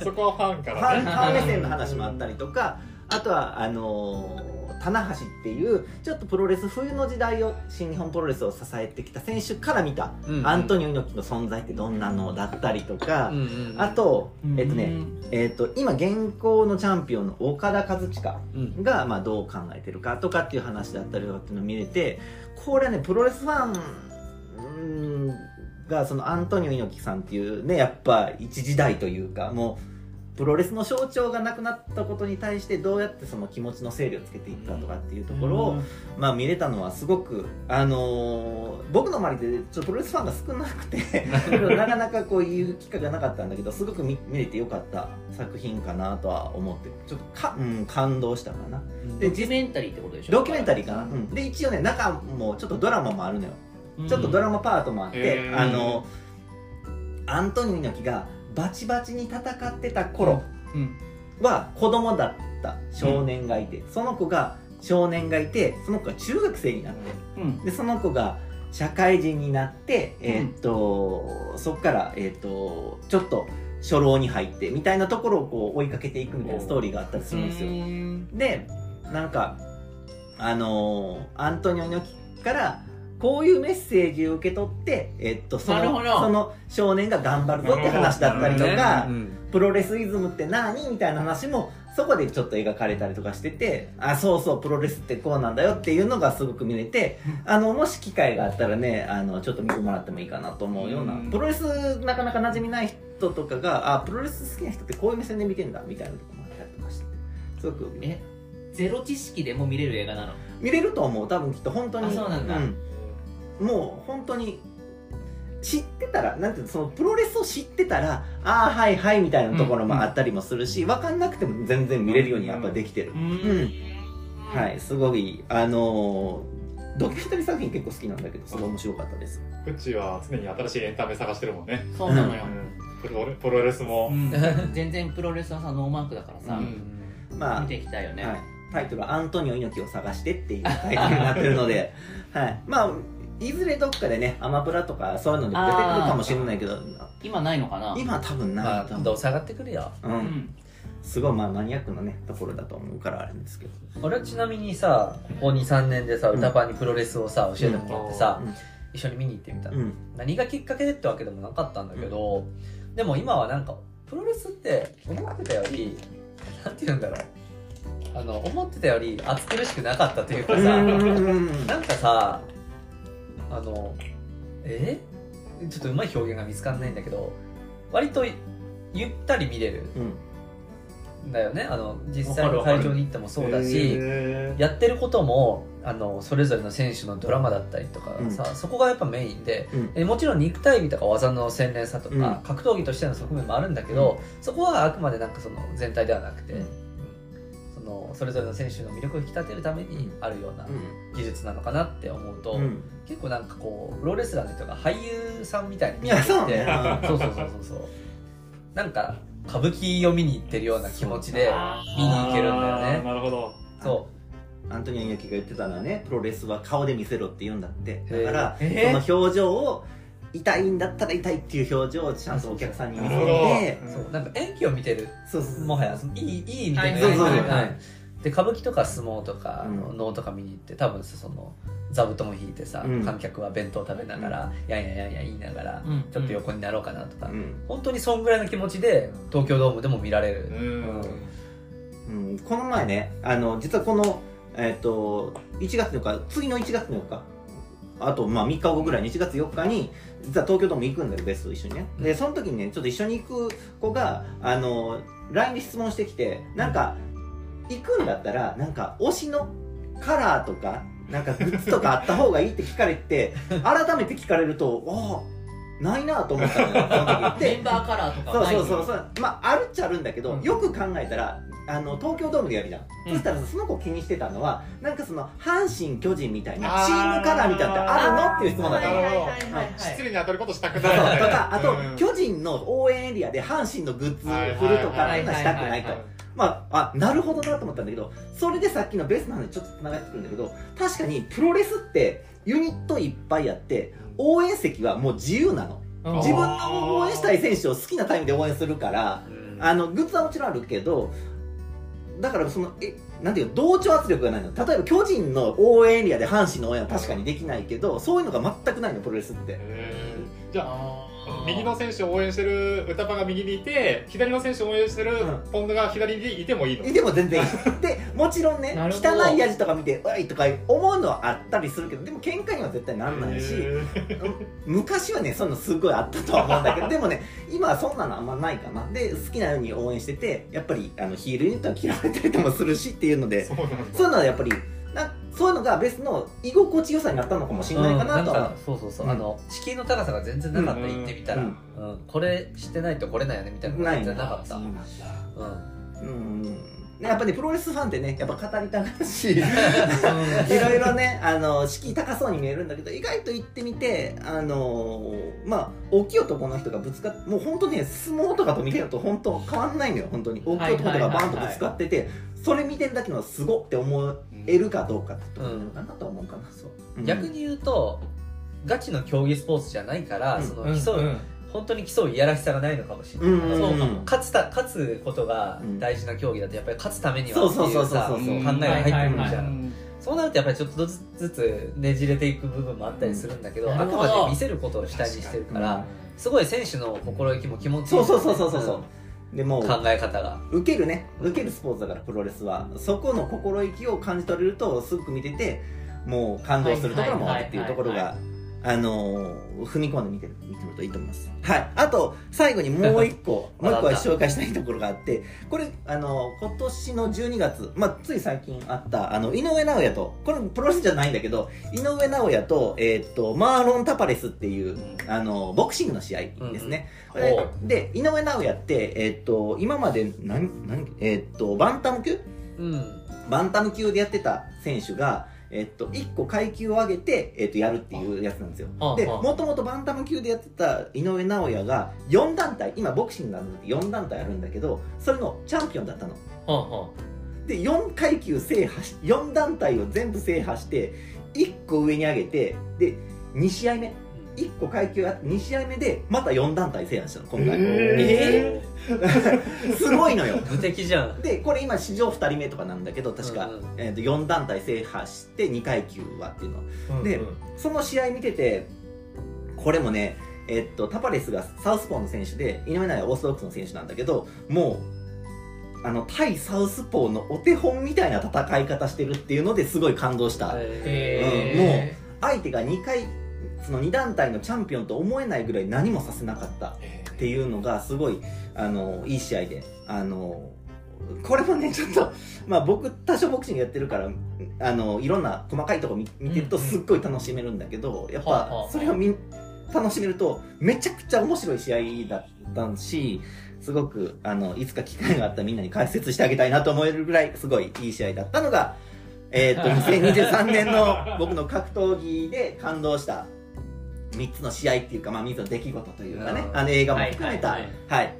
Speaker 4: そこはファンか
Speaker 3: フ
Speaker 4: ら
Speaker 3: ァン
Speaker 4: ね
Speaker 3: ファン目線の話もあったりとかあとはあのー棚橋っていうちょっとプロレス冬の時代を新日本プロレスを支えてきた選手から見た、
Speaker 2: うん
Speaker 3: アントニオ猪木の存在ってどんなのだったりとか、
Speaker 2: うんうんうん
Speaker 3: あ、と
Speaker 1: うん
Speaker 3: えっとね、えー、と今現行のチャンピオンの岡田和親
Speaker 2: うん。
Speaker 3: が、まあ、どう考えてるかとかっていう話だったりとかっていうのを見れてこれはねプロレスファンうんがそのアントニオ猪木さんっていうねやっぱ一時代というかもうプロレスの象徴がなくなったことに対してどうやってその気持ちの整理をつけていったとかっていうところを、まあ、見れたのはすごく、あのー僕の周りでちょっとプロレスファンが少なくてなかなかこういう機会がなかったんだけどすごく見見れてよかった作品かなとは思ってちょっとか、うん、感動したかな
Speaker 1: ド
Speaker 3: で
Speaker 1: キュメンタリーってことでしょ
Speaker 3: ドキュメンタリーかな、うんで一応ね中もちょっとドラマもあるのよ、
Speaker 1: うん
Speaker 3: ちょっとドラマパートもあって、
Speaker 4: うん
Speaker 3: あのアントニオ猪木がバチバチに戦ってた頃
Speaker 1: うん
Speaker 3: は子供だっった少年がいて、その子が少年がいてその子が中学生になって
Speaker 1: うん
Speaker 3: でその子が社会人になって、えーっとそこから、えーっとちょっと初老に入ってみたいなところをこう追いかけていくみたいなストーリーがあったりするんですよ。でなんかあのーアントニオ猪木からこういうメッセージを受け取って、えっと、そ
Speaker 1: なるほ
Speaker 3: の
Speaker 1: ど
Speaker 3: その少年が頑張るぞって話だったりと
Speaker 2: ね
Speaker 3: か、
Speaker 2: うん
Speaker 3: プロレスイズムって何みたいな話もそこでちょっと描かれたりとかしててあそうそうプロレスってこうなんだよっていうのがすごく見れてあのもし機会があったらねあのちょっと見てもらってもいいかなと思うような
Speaker 1: うん
Speaker 3: プロレスなかなか馴染みない人とかがあプロレス好きな人ってこういう目線で見てんだみたいなとこもあったりとかしてすごく
Speaker 1: えゼロ知識でも見れる映画なの
Speaker 3: 見れると思う多分きっと本当に
Speaker 1: あそうなんだ
Speaker 3: もう本当に知ってたらなんていうのそのプロレスを知ってたらああはいはいみたいなところもあったりもするし、分かんなくても全然見れるようにやっぱできてる、
Speaker 1: い
Speaker 3: はいすごいあのードキュメンタリー作品結構好きなんだけどすごい面白かったです
Speaker 4: プッチは常に新しいエンタメ探してるもんね。
Speaker 1: そうなのよ、
Speaker 4: プロレプロレスも。
Speaker 1: うん全然プロレスはさノーマークだからさ、
Speaker 3: うまあ
Speaker 1: 見ていきたいよね、
Speaker 3: はい、タイトルは「アントニオ猪木を探して」っていうタイトルになってるので、はい、まあいずれどっかでねアマプラとかそういうので出てくるかもしれないけど
Speaker 1: 今ないのかな
Speaker 3: 今多分
Speaker 2: ま
Speaker 3: な
Speaker 2: あ
Speaker 3: いと思う
Speaker 2: どうせ上がってくるよ
Speaker 3: う、
Speaker 1: うんん
Speaker 3: すごいまあマニアックなねところだと思うからあれですけど
Speaker 2: 俺はちなみにさここ23年でさ
Speaker 3: うん
Speaker 2: 歌パンにプロレスをさ教えてもらってさ、
Speaker 3: うん
Speaker 2: 一緒に見に行ってみたの、
Speaker 3: うん
Speaker 2: 何がきっかけでってわけでもなかったんだけど、でも今はなんかプロレスって思ってたよりなんて言うんだろうあの思ってたより暑苦しくなかったというかさ、なんかさあのえちょっとうまい表現が見つかんないんだけど割とゆったり見れる
Speaker 3: うん
Speaker 2: んだよねあの実際の
Speaker 4: わかるわかる
Speaker 2: 会場に行ってもそうだし、
Speaker 4: へ
Speaker 2: やってることもあのそれぞれの選手のドラマだったりとかさ、そこがやっぱメインで
Speaker 3: うん
Speaker 2: えもちろん肉体美とか技の洗練さとか、
Speaker 3: うん
Speaker 2: 格闘技としての側面もあるんだけど、そこはあくまでなんかその全体ではなくて、
Speaker 3: うん
Speaker 2: そのそれぞれの選手の魅力を引き立てるためにあるような技術なのかなって思うと、
Speaker 3: うん
Speaker 2: 結構なんかこうプロレスラーの人が俳優さんみたいに
Speaker 3: い
Speaker 2: 見えて
Speaker 3: や
Speaker 2: きて
Speaker 3: そうね
Speaker 2: そうそうそうそうそうなんか歌舞伎を見に行ってるような気持ちで
Speaker 1: あ
Speaker 4: ー
Speaker 2: 見に行けるんだよ
Speaker 4: あー
Speaker 2: ね
Speaker 4: なるほど。
Speaker 2: そ
Speaker 3: アントニオ猪木が言ってたのはねプロレスは顔で見せろって言うんだって
Speaker 2: へー
Speaker 3: だからそ
Speaker 1: え
Speaker 3: の表情を痛いんだったら痛いっていう表情をちゃんとお客さんに見せて
Speaker 2: うそうなんか演技を見てる
Speaker 3: そうそう
Speaker 2: もはやそのいいいいみた
Speaker 1: は
Speaker 2: いな、
Speaker 1: いはい
Speaker 3: そうそうそう
Speaker 2: はいで歌舞伎とか相撲とか
Speaker 3: うん
Speaker 2: 能、とか見に行って多分さその座布団を引いてさ、
Speaker 3: うん
Speaker 2: 観客は弁当食べながら、やんやんやんやん言いながら、
Speaker 1: うん
Speaker 2: ちょっと横になろうかなとか、
Speaker 3: うん
Speaker 2: 本当にそんぐらいの気持ちで東京ドームでも見られる、
Speaker 4: うん。
Speaker 3: うんこの前ねあの実はこのえっと1月4日次の1月4日あとまあ3日後ぐらいに1月4日に実は東京ドーム行くんだよベストと一緒にねでその時にねちょっと一緒に行く子があの LINE で質問してきてなんか行くんだったらなんか推しのカラーとかなんかグッズとかあった方がいいって聞かれて改めて聞かれるとああないなと思ったのよその時
Speaker 1: メ
Speaker 3: で
Speaker 1: ンバーカラーとか
Speaker 3: そう
Speaker 1: はない
Speaker 3: そうそうそうまああるっちゃあるんだけど、
Speaker 1: うん
Speaker 3: よく考えたらあの東京ドームでやるじゃん、
Speaker 1: うん
Speaker 3: そしたらさその子気にしてたのはなんかその阪神巨人みたいな
Speaker 4: あー
Speaker 3: チームカラーみたいなのってあるのっていう質
Speaker 1: は
Speaker 3: 問
Speaker 1: い
Speaker 3: だ
Speaker 1: はいは
Speaker 3: ったの、
Speaker 1: いはい
Speaker 3: は
Speaker 1: はいい
Speaker 4: 失礼に当たることしたく
Speaker 3: そ
Speaker 4: な
Speaker 3: う
Speaker 4: い
Speaker 3: と
Speaker 4: よね。
Speaker 3: かあと、
Speaker 4: うん
Speaker 3: 巨人の応援エリアで阪神のグッズを売るとか
Speaker 1: は
Speaker 3: そ
Speaker 1: いは
Speaker 3: んない
Speaker 1: はい
Speaker 3: したくないと
Speaker 1: はいはい
Speaker 3: まああなるほどなと思ったんだけどそれでさっきのベースの話にちょっとつながってくるんだけど確かにプロレスってユニットいっぱいあって応援席はもう自由なの
Speaker 1: うん
Speaker 3: 自分の応援したい選手を好きなタイムで応援するからあのグッズはもちろんあるけどだからそのえなんていうの同調圧力がないの例えば巨人の応援エリアで阪神の応援は確かにできないけどそういうのが全くないのプロレスって
Speaker 4: へーじゃあ
Speaker 1: あー
Speaker 4: 右の選手を応援してる歌パが右にいて左の選手を応援してる
Speaker 3: うん
Speaker 4: ポンドが左にいてもいいの、
Speaker 3: いても全然いい でもちろんね
Speaker 1: なるほど
Speaker 3: 汚い味とか見て「おい!」とか思うのはあったりするけどでも喧嘩には絶対なんないし
Speaker 4: へ
Speaker 3: 昔はねそんなすごいあったとは思うんだ けどでもね今はそんなのあんまないかなで好きなように応援しててやっぱりあのヒールユニットは嫌われたりともするしっていうので
Speaker 4: ーそうなんだ
Speaker 3: そういうのはやっぱりなそういうのがベスの居心地良さになったのかもしれないかなと
Speaker 2: うん、なん
Speaker 3: は
Speaker 2: か、そうそうそう、
Speaker 3: うん
Speaker 2: あの敷居の高さが全然なかった、
Speaker 4: うん
Speaker 2: 行ってみたら、
Speaker 3: う
Speaker 2: うんんこれ知ってないと来れないよねみたいなのが全然なかった
Speaker 3: ないな
Speaker 2: うん
Speaker 3: うんねやっぱねプロレスファンってねやっぱ語りたがる しい
Speaker 2: うん
Speaker 3: ろいろねあの敷居高そうに見えるんだけど意外と行ってみてあのまあ大きい男の人がぶつかってもう本当ね相撲とかと見てると本当変わんないのよ本当に大きい男とかバンとぶつかってて、それ見てるだけのすごって思えるかどうかってところなのかなと思うかな、そう、うん
Speaker 2: 逆に言うとガチの競技スポーツじゃないから、
Speaker 3: うん
Speaker 2: その
Speaker 1: うん
Speaker 2: 競う、
Speaker 1: うん
Speaker 2: 本当に競ういやらしさがないのかもしれない、
Speaker 3: うんうんうん
Speaker 2: そうかも勝つた勝つことが大事な競技だとやっぱり勝つためにはって
Speaker 3: そう
Speaker 2: い
Speaker 3: そう
Speaker 2: う
Speaker 3: そう
Speaker 2: さ
Speaker 3: そ
Speaker 2: 考
Speaker 3: う
Speaker 2: え
Speaker 3: そう
Speaker 2: が入ってくるじゃ、
Speaker 1: うんん
Speaker 2: そうなるとやっぱりちょっとずつずつねじれていく部分もあったりするんだけど、
Speaker 1: うん
Speaker 2: あくま
Speaker 1: なるほど
Speaker 2: で見せることを主体にしてるから、
Speaker 3: うん
Speaker 2: すごい選手の心意気も気持ちいい
Speaker 3: そうそうそうそうそうそう、でも
Speaker 2: うん
Speaker 3: う
Speaker 2: 考え方が
Speaker 3: 受けるね受けるスポーツだからプロレスはそこの心意気を感じ取れるとすごく見ててもう感動するところもあるっていうところ
Speaker 1: はいは
Speaker 3: があのー踏み込んで見てる見てみるといいと思いますはいあと最後にもう一個 もう一個は紹介したいところがあってこれあのー今年の12月、まあ、つい最近あったあの井上尚弥とこれプロレスじゃないんだけど井上尚弥と,、えーっとマーロン・タパレスっていう、
Speaker 2: う
Speaker 3: あのーボクシングの試合ですね、で
Speaker 2: ほ
Speaker 3: で井上尚弥って、えっと今まで何何、えっとバンタム級
Speaker 2: うん
Speaker 3: バンタム級でやってた選手が、えっと1個階級を上げて、えっとやるっていうやつなんですよ
Speaker 1: あ
Speaker 3: で
Speaker 1: ああ
Speaker 3: もともとバンタム級でやってた井上尚弥が4団体今ボクシングなので4団体あるんだけどそれのチャンピオンだったの
Speaker 1: はあは
Speaker 3: で4階級制覇し4団体を全部制覇して1個上に上げてで2試合目1個階級あって2試合目でまた4団体制覇したの今回、
Speaker 4: え
Speaker 3: すごいのよ
Speaker 2: 無敵じゃん
Speaker 3: でこれ今史上2人目とかなんだけど確か、
Speaker 2: うんうん
Speaker 3: えー、と4団体制覇して2階級はっていうの
Speaker 1: あ
Speaker 3: で
Speaker 1: うんうん
Speaker 3: その試合見ててこれもね、えっとタパレスがサウスポーの選手で井上尚弥はオーソドックスの選手なんだけどもうあの対サウスポーのお手本みたいな戦い方してるっていうのですごい感動した、
Speaker 2: え
Speaker 1: へ
Speaker 3: 相手が2回その2団体のチャンピオンと思えないぐらい何もさせなかったっていうのがすごいあのいい試合であのこれもねちょっと、 まあ、僕多少ボクシングやってるからあのいろんな細かいとこ見見てると
Speaker 1: うんうん
Speaker 3: すっごい楽しめるんだけど、やっ
Speaker 1: はあは
Speaker 3: ぱ
Speaker 1: あ
Speaker 3: それを見楽しめるとめちゃくちゃ面白い試合だったしすごくあのいつか機会があったらみんなに解説してあげたいなと思えるぐらいすごいいい試合だったのが、えー、と2023年の僕の格闘技で感動した3つの試合っていうか、まあ、3つの出来事というかね
Speaker 2: うん
Speaker 3: あの映画も含めた、
Speaker 1: は
Speaker 3: はいい
Speaker 1: はい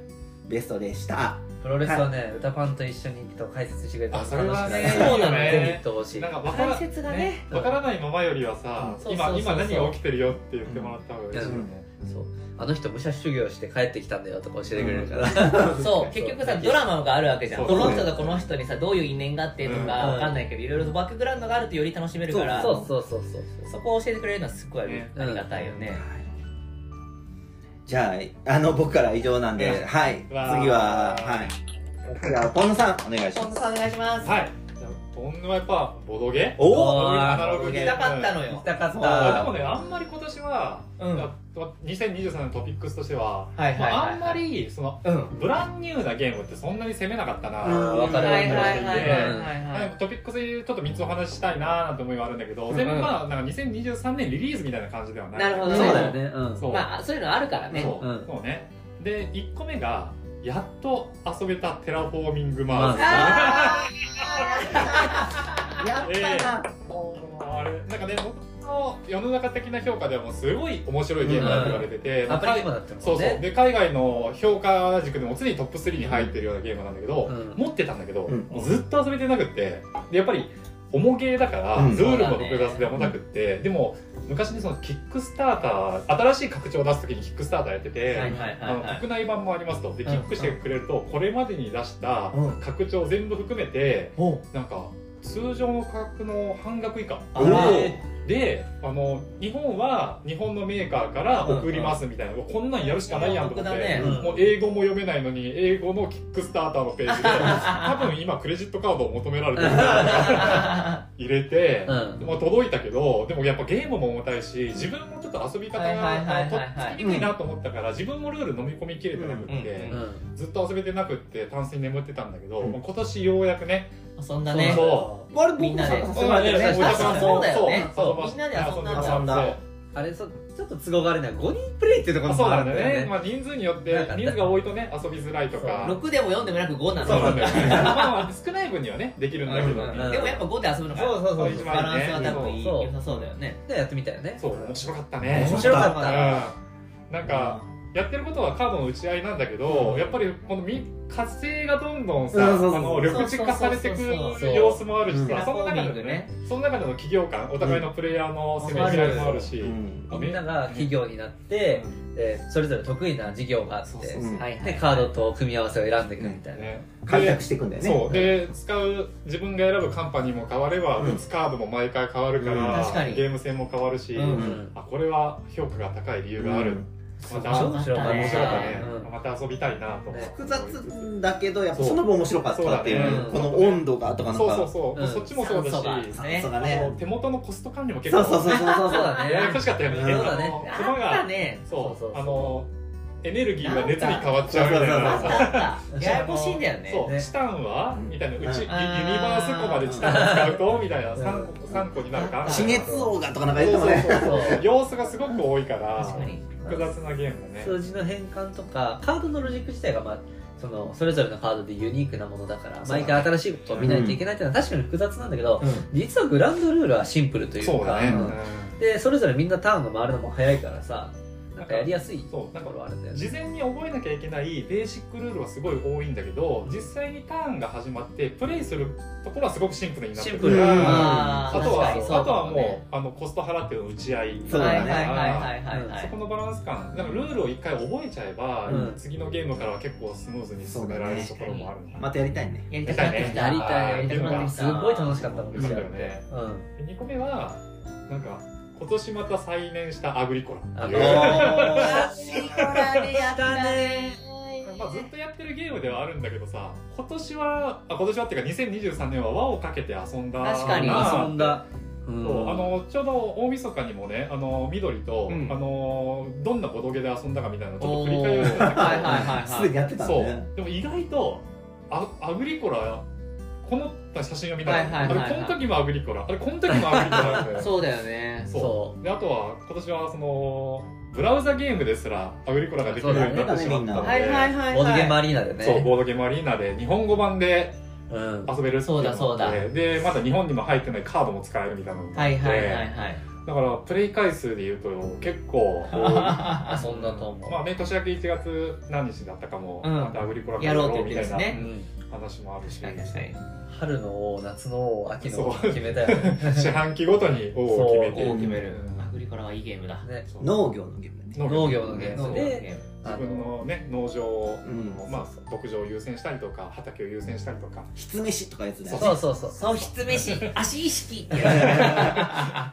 Speaker 3: ベストでした。
Speaker 2: プロレスはね、歌パンと一緒にと解説してくれたら
Speaker 4: あそれはね
Speaker 2: 楽しく
Speaker 1: そうなの
Speaker 2: ぜ
Speaker 1: よ
Speaker 2: ひ行ってほしい
Speaker 4: なんかわ
Speaker 1: え
Speaker 4: から
Speaker 1: 解説がね
Speaker 4: わからないままよりはさ、
Speaker 1: うん
Speaker 4: 今
Speaker 1: そうそうそう
Speaker 4: 今
Speaker 1: そう
Speaker 4: 何が起きてるよって言ってもらった方が嬉しいよね。
Speaker 2: そうあの人武者修行して帰ってきたんだよとか教えてくれるから、
Speaker 1: そう結局さドラマがあるわけじゃん
Speaker 4: そ
Speaker 1: こ
Speaker 4: う
Speaker 1: の人とこの人にさどういう因縁があってとか
Speaker 2: うん
Speaker 1: わかんないけどいろいろとバックグラウンドがあるとより楽しめるから
Speaker 2: そう
Speaker 1: そ
Speaker 2: そうそうそう
Speaker 1: こを教えてくれるのはすっごいあり
Speaker 4: ね
Speaker 1: ありがたいよね
Speaker 3: じゃあ、あの、僕からは以上なんで、
Speaker 4: ね
Speaker 3: はい、次
Speaker 4: わー
Speaker 3: は、はい。じゃあ、ポンヌさん、お願いし
Speaker 1: ポ
Speaker 3: ま
Speaker 1: ン
Speaker 3: す。
Speaker 1: ズさんお願いします
Speaker 4: はい。じゃあボンヌはやっぱボドゲ。
Speaker 3: お
Speaker 2: おー
Speaker 4: アナログ
Speaker 1: 行
Speaker 4: ゲー
Speaker 1: き
Speaker 4: ム
Speaker 1: たかったの
Speaker 2: 行き
Speaker 1: よ
Speaker 2: たかっ
Speaker 4: あで
Speaker 2: た
Speaker 4: もねあんまり今年は、
Speaker 1: うん
Speaker 4: あ2023のトピックスとしては、
Speaker 1: はいはい
Speaker 4: まあ
Speaker 1: はい
Speaker 4: あんまりその
Speaker 1: うん
Speaker 4: ブランニューなゲームってそんなに攻めなかったな。
Speaker 3: うん
Speaker 2: わかる
Speaker 1: はいはいはいはいはいは
Speaker 4: はいいトピックスでちょっと3つお話ししたいなーなんて思いはあるんだけど、
Speaker 1: うん
Speaker 4: 全部まあなんか2023年リリースみたいな感じではない
Speaker 1: なるほど
Speaker 2: そ
Speaker 1: ね
Speaker 2: う
Speaker 1: も
Speaker 2: だよねうん
Speaker 4: そう,、
Speaker 1: まあそういうのあるから ね
Speaker 4: そう
Speaker 2: うん
Speaker 4: そうねで1個目がやっと遊べたテラフォーミングマー
Speaker 2: ま
Speaker 4: ズ、
Speaker 1: あ
Speaker 3: やったな。
Speaker 4: あ、れなんかね僕の世の中的な評価ではもうすごい面白いゲームだと言われてて、
Speaker 2: アプリゲー
Speaker 4: 海
Speaker 2: ムだったもんね
Speaker 4: そうそうで海外の評価軸でも常にトップ3に入ってるようなゲームなんだけど、
Speaker 2: うん
Speaker 4: 持ってたんだけど、
Speaker 3: うん
Speaker 4: もうずっと遊べてなくってでやっぱり重ゲーだから、
Speaker 3: うん
Speaker 4: ルールも複雑でもなくって、でも昔にそのキックスターター新しい拡張を出す時にキックスターターやってて、
Speaker 1: ーはいはいは
Speaker 4: あ
Speaker 1: い
Speaker 4: の
Speaker 1: はい
Speaker 4: 国内版もありますとで
Speaker 1: うん
Speaker 4: キックしてくれると、これまでに出した
Speaker 3: うん
Speaker 4: 拡張全部含めて、
Speaker 3: お
Speaker 4: なんか通常の価格の半額以下
Speaker 1: あ
Speaker 3: お
Speaker 1: ー
Speaker 3: ー
Speaker 4: であの日本は日本のメーカーから送りますみたいな、こんなんやるしかないやんと思って、
Speaker 1: お得だね
Speaker 4: もう英語も読めないのに英語のキックスターターのページで多分今クレジットカードを求められてる入れて、
Speaker 2: うん
Speaker 4: まあ、届いたけどでもやっぱゲームも重たいし自分もちょっと遊び方
Speaker 1: はいはいはいは
Speaker 4: が
Speaker 1: い
Speaker 4: とっつきにくいなと思ったから、自分もルール飲み込みきれてなくって、
Speaker 1: うん
Speaker 2: うん
Speaker 4: ずっと遊べてなくってタンスに眠ってたんだけど、
Speaker 3: うん
Speaker 4: もう今年ようやくね
Speaker 1: 遊んだね
Speaker 4: そう
Speaker 3: あれ、僕
Speaker 1: みん
Speaker 3: も
Speaker 1: な
Speaker 3: 参
Speaker 1: で
Speaker 3: 加させてもらってるね。
Speaker 1: そうだよねそうだよね
Speaker 4: そう
Speaker 1: そうみんなで遊んだん
Speaker 3: だ
Speaker 4: そう
Speaker 2: あれそうちょっと都合が悪いな5人プレイっていうところ
Speaker 4: そう
Speaker 2: もあ
Speaker 4: な
Speaker 2: る
Speaker 4: ん
Speaker 2: ん
Speaker 4: だ
Speaker 2: だ
Speaker 4: よ
Speaker 2: よ
Speaker 4: ね、
Speaker 2: ね
Speaker 4: まあ、人数によって
Speaker 2: なんか
Speaker 4: 人数が多いとね遊びづらいとか
Speaker 1: 6でも4でもなく5な
Speaker 4: そうなん
Speaker 1: の
Speaker 4: だよねまあまあ少ない分にはねできるんだけど、
Speaker 2: うん
Speaker 1: でもやっぱ5で遊ぶの
Speaker 2: そう
Speaker 1: が
Speaker 2: そうそう
Speaker 4: そう一
Speaker 1: バ
Speaker 4: 番
Speaker 1: ランスは多分いい
Speaker 2: そう
Speaker 1: 良さそうだよね
Speaker 2: でやってみたよね
Speaker 4: そう面白かったね
Speaker 2: 面白かっ
Speaker 3: 面白
Speaker 2: た
Speaker 4: うんなんか、やってることはカードの打ち合いなんだけど、やっぱりこのみ火星がどんどんさ、
Speaker 3: うんそうそう
Speaker 4: あの緑地化されていく様子もあるし
Speaker 3: そう
Speaker 4: さ、その中でね、その中での企業感、お互いのプレイヤーの攻め合いもあるし、
Speaker 3: うん
Speaker 2: みんなが企業になって、でそれぞれ得意な事業があって
Speaker 1: そうそう
Speaker 3: うん
Speaker 1: はいはい
Speaker 2: でカードと組み合わせを選んでいくみたいな、
Speaker 4: ね、
Speaker 3: 開拓していくんだよね
Speaker 4: そうで使う自分が選ぶカンパニーも変われば、
Speaker 3: うん
Speaker 4: 打つカードも毎回変わるか
Speaker 3: うん
Speaker 4: ら、
Speaker 1: 確かに
Speaker 4: ゲーム性も変わるし、
Speaker 1: うん
Speaker 2: うん
Speaker 4: あこれは評価が高い理由がある、
Speaker 3: うん
Speaker 4: また
Speaker 2: そう
Speaker 4: 面
Speaker 2: 面白かった
Speaker 4: 白かった
Speaker 2: ね
Speaker 4: ね、また遊びたいなと思って
Speaker 3: 複雑だけどやっぱその分面白かったってい
Speaker 2: そうだ
Speaker 3: う
Speaker 2: ね
Speaker 3: この温度がとかなん
Speaker 4: そう
Speaker 3: か
Speaker 4: そうそう、
Speaker 2: うん
Speaker 4: そっちもそうだし
Speaker 1: 酸素が
Speaker 3: 酸素が
Speaker 4: あの
Speaker 3: ね
Speaker 4: 手元のコスト管理も結
Speaker 3: そう
Speaker 4: 構
Speaker 3: そうそうそうそう
Speaker 2: そうだね
Speaker 4: ややこしかったよね、
Speaker 3: うん
Speaker 4: 手
Speaker 2: そうだ
Speaker 4: 元
Speaker 2: ね
Speaker 4: の
Speaker 1: あ
Speaker 4: コマ
Speaker 1: った
Speaker 4: が
Speaker 1: ね
Speaker 4: そう
Speaker 2: そうそうそう
Speaker 4: あのエネルギーが熱に変わっちゃうみたい
Speaker 3: な
Speaker 4: なんそ
Speaker 3: だ
Speaker 4: う
Speaker 1: あったややこしいんだよ
Speaker 4: そう、
Speaker 1: ね
Speaker 2: ね
Speaker 4: チタンはみたいな、うち、
Speaker 3: うん
Speaker 4: ユニバースコまでチタン使うとみたいな、
Speaker 2: うん
Speaker 4: 3個三個になるか
Speaker 3: 地熱王がとかなんか
Speaker 4: そう
Speaker 3: 言って
Speaker 4: そ
Speaker 3: も
Speaker 4: う
Speaker 3: ね
Speaker 4: そうそう様子がすごく多いから
Speaker 1: 確かに
Speaker 4: 複雑なゲームね
Speaker 2: 数字の変換とかカードのロジック自体が、まあ、そのそれぞれのカードでユニークなものだから毎回新しいことを見ないといけないっていうのは確かに複雑なんだけど、実はグランドルールはシンプルというか
Speaker 4: そうだね、
Speaker 2: うんでそれぞれみんなターンが回るのも早いからさなんかやりやすいと
Speaker 4: そ
Speaker 2: こ
Speaker 4: うなんか
Speaker 2: ろはあるんだよ
Speaker 4: うん
Speaker 2: ね
Speaker 4: 事前に覚えなきゃいけないベーシックルールはすごい多いんだけど実際にターンが始まってプレイするところはすごくシンプルになって
Speaker 2: シンプ
Speaker 4: る
Speaker 2: ル
Speaker 3: うん
Speaker 4: あ
Speaker 1: あ
Speaker 4: と
Speaker 1: ー
Speaker 4: は
Speaker 1: 確かにそう
Speaker 4: あとは
Speaker 1: か
Speaker 4: もう、
Speaker 1: ね
Speaker 4: あのコスト払っての打ち合い
Speaker 3: そう
Speaker 1: はい
Speaker 3: だ
Speaker 1: はい
Speaker 3: ね
Speaker 1: はいはいはいは
Speaker 4: そこ
Speaker 1: い
Speaker 4: のバランス感だからルールを一回覚えちゃえば、
Speaker 2: うん
Speaker 4: 次のゲームからは結構スムーズに進められるところもあるね
Speaker 3: またやりたいね
Speaker 1: やりたくなってきた
Speaker 2: やりたい
Speaker 1: やりたくなってきた
Speaker 2: すごい楽しかったもん
Speaker 4: よかったよね
Speaker 2: うん
Speaker 4: 2個目はなんか今年また再燃したアグリコラってい
Speaker 2: お
Speaker 4: う
Speaker 2: ー
Speaker 4: まあ、ずっとやってるゲームではあるんだけどさ今年はあ今年はっていうか2023年は輪をかけて遊んだ
Speaker 1: 確かに
Speaker 4: な
Speaker 2: 遊んだうん
Speaker 4: そうあのちょうど大晦日にもねあの緑と、
Speaker 1: うん
Speaker 4: あのどんなボドゲで遊んだかみたいなのをちょっと振り返るん
Speaker 1: おーはいはい
Speaker 4: だ
Speaker 1: はいはい
Speaker 3: すでにやって
Speaker 4: け
Speaker 3: た
Speaker 4: ど
Speaker 3: ん
Speaker 4: そ
Speaker 3: だね
Speaker 4: うでも意外とあアグリコラこの写真を見たら、
Speaker 1: はいはいはいはい
Speaker 4: あれこの時もアグリコラあれこの時もアグリコラだよ ね
Speaker 1: そうだよね
Speaker 4: そう
Speaker 2: そ
Speaker 4: であとは今年はそのブラウザゲームですらアグリコラができるようになってしまったので、
Speaker 1: はいはいは
Speaker 2: う
Speaker 1: い
Speaker 2: ボードゲーム
Speaker 1: は
Speaker 2: アリーナでね
Speaker 4: そうボードゲームアリーナで日本語版で
Speaker 2: うん
Speaker 4: 遊べるっていのがあって
Speaker 1: そうだそうだ
Speaker 4: でまだ日本にも入ってないカードも使えるみたいなの
Speaker 1: い
Speaker 4: もあ
Speaker 1: は
Speaker 4: っ
Speaker 1: い
Speaker 4: て
Speaker 1: はいはいはい
Speaker 4: だからプレイ回数でいうと結構
Speaker 2: 遊んだと思う
Speaker 4: まあね年明け1月何日だったかも、
Speaker 1: うん
Speaker 4: またアグリコラ
Speaker 1: やろうって言っ
Speaker 4: み
Speaker 1: て
Speaker 4: た
Speaker 1: る
Speaker 4: い
Speaker 1: し
Speaker 4: な
Speaker 1: ね
Speaker 2: うん
Speaker 4: 話もあるし
Speaker 1: 確かに確かに
Speaker 2: 春の王夏の王秋の王って決めたよ ね
Speaker 4: 四半期ごとに王を決めて
Speaker 1: こう決め
Speaker 4: う
Speaker 1: る
Speaker 4: ん
Speaker 1: アフリカラはいいゲームだ
Speaker 2: ね
Speaker 4: そう
Speaker 3: 農業のゲームだね
Speaker 2: 農業のゲー
Speaker 1: 農
Speaker 2: ム
Speaker 1: 業の
Speaker 2: で
Speaker 1: ゲ
Speaker 2: あ
Speaker 4: 自分
Speaker 2: の
Speaker 4: のね農場を、
Speaker 3: うん
Speaker 4: まあ牧場を優先したりとか畑を優先したりとか
Speaker 3: ひつめしとかやつだよね
Speaker 2: そうそうそう
Speaker 1: ームひつめし足意識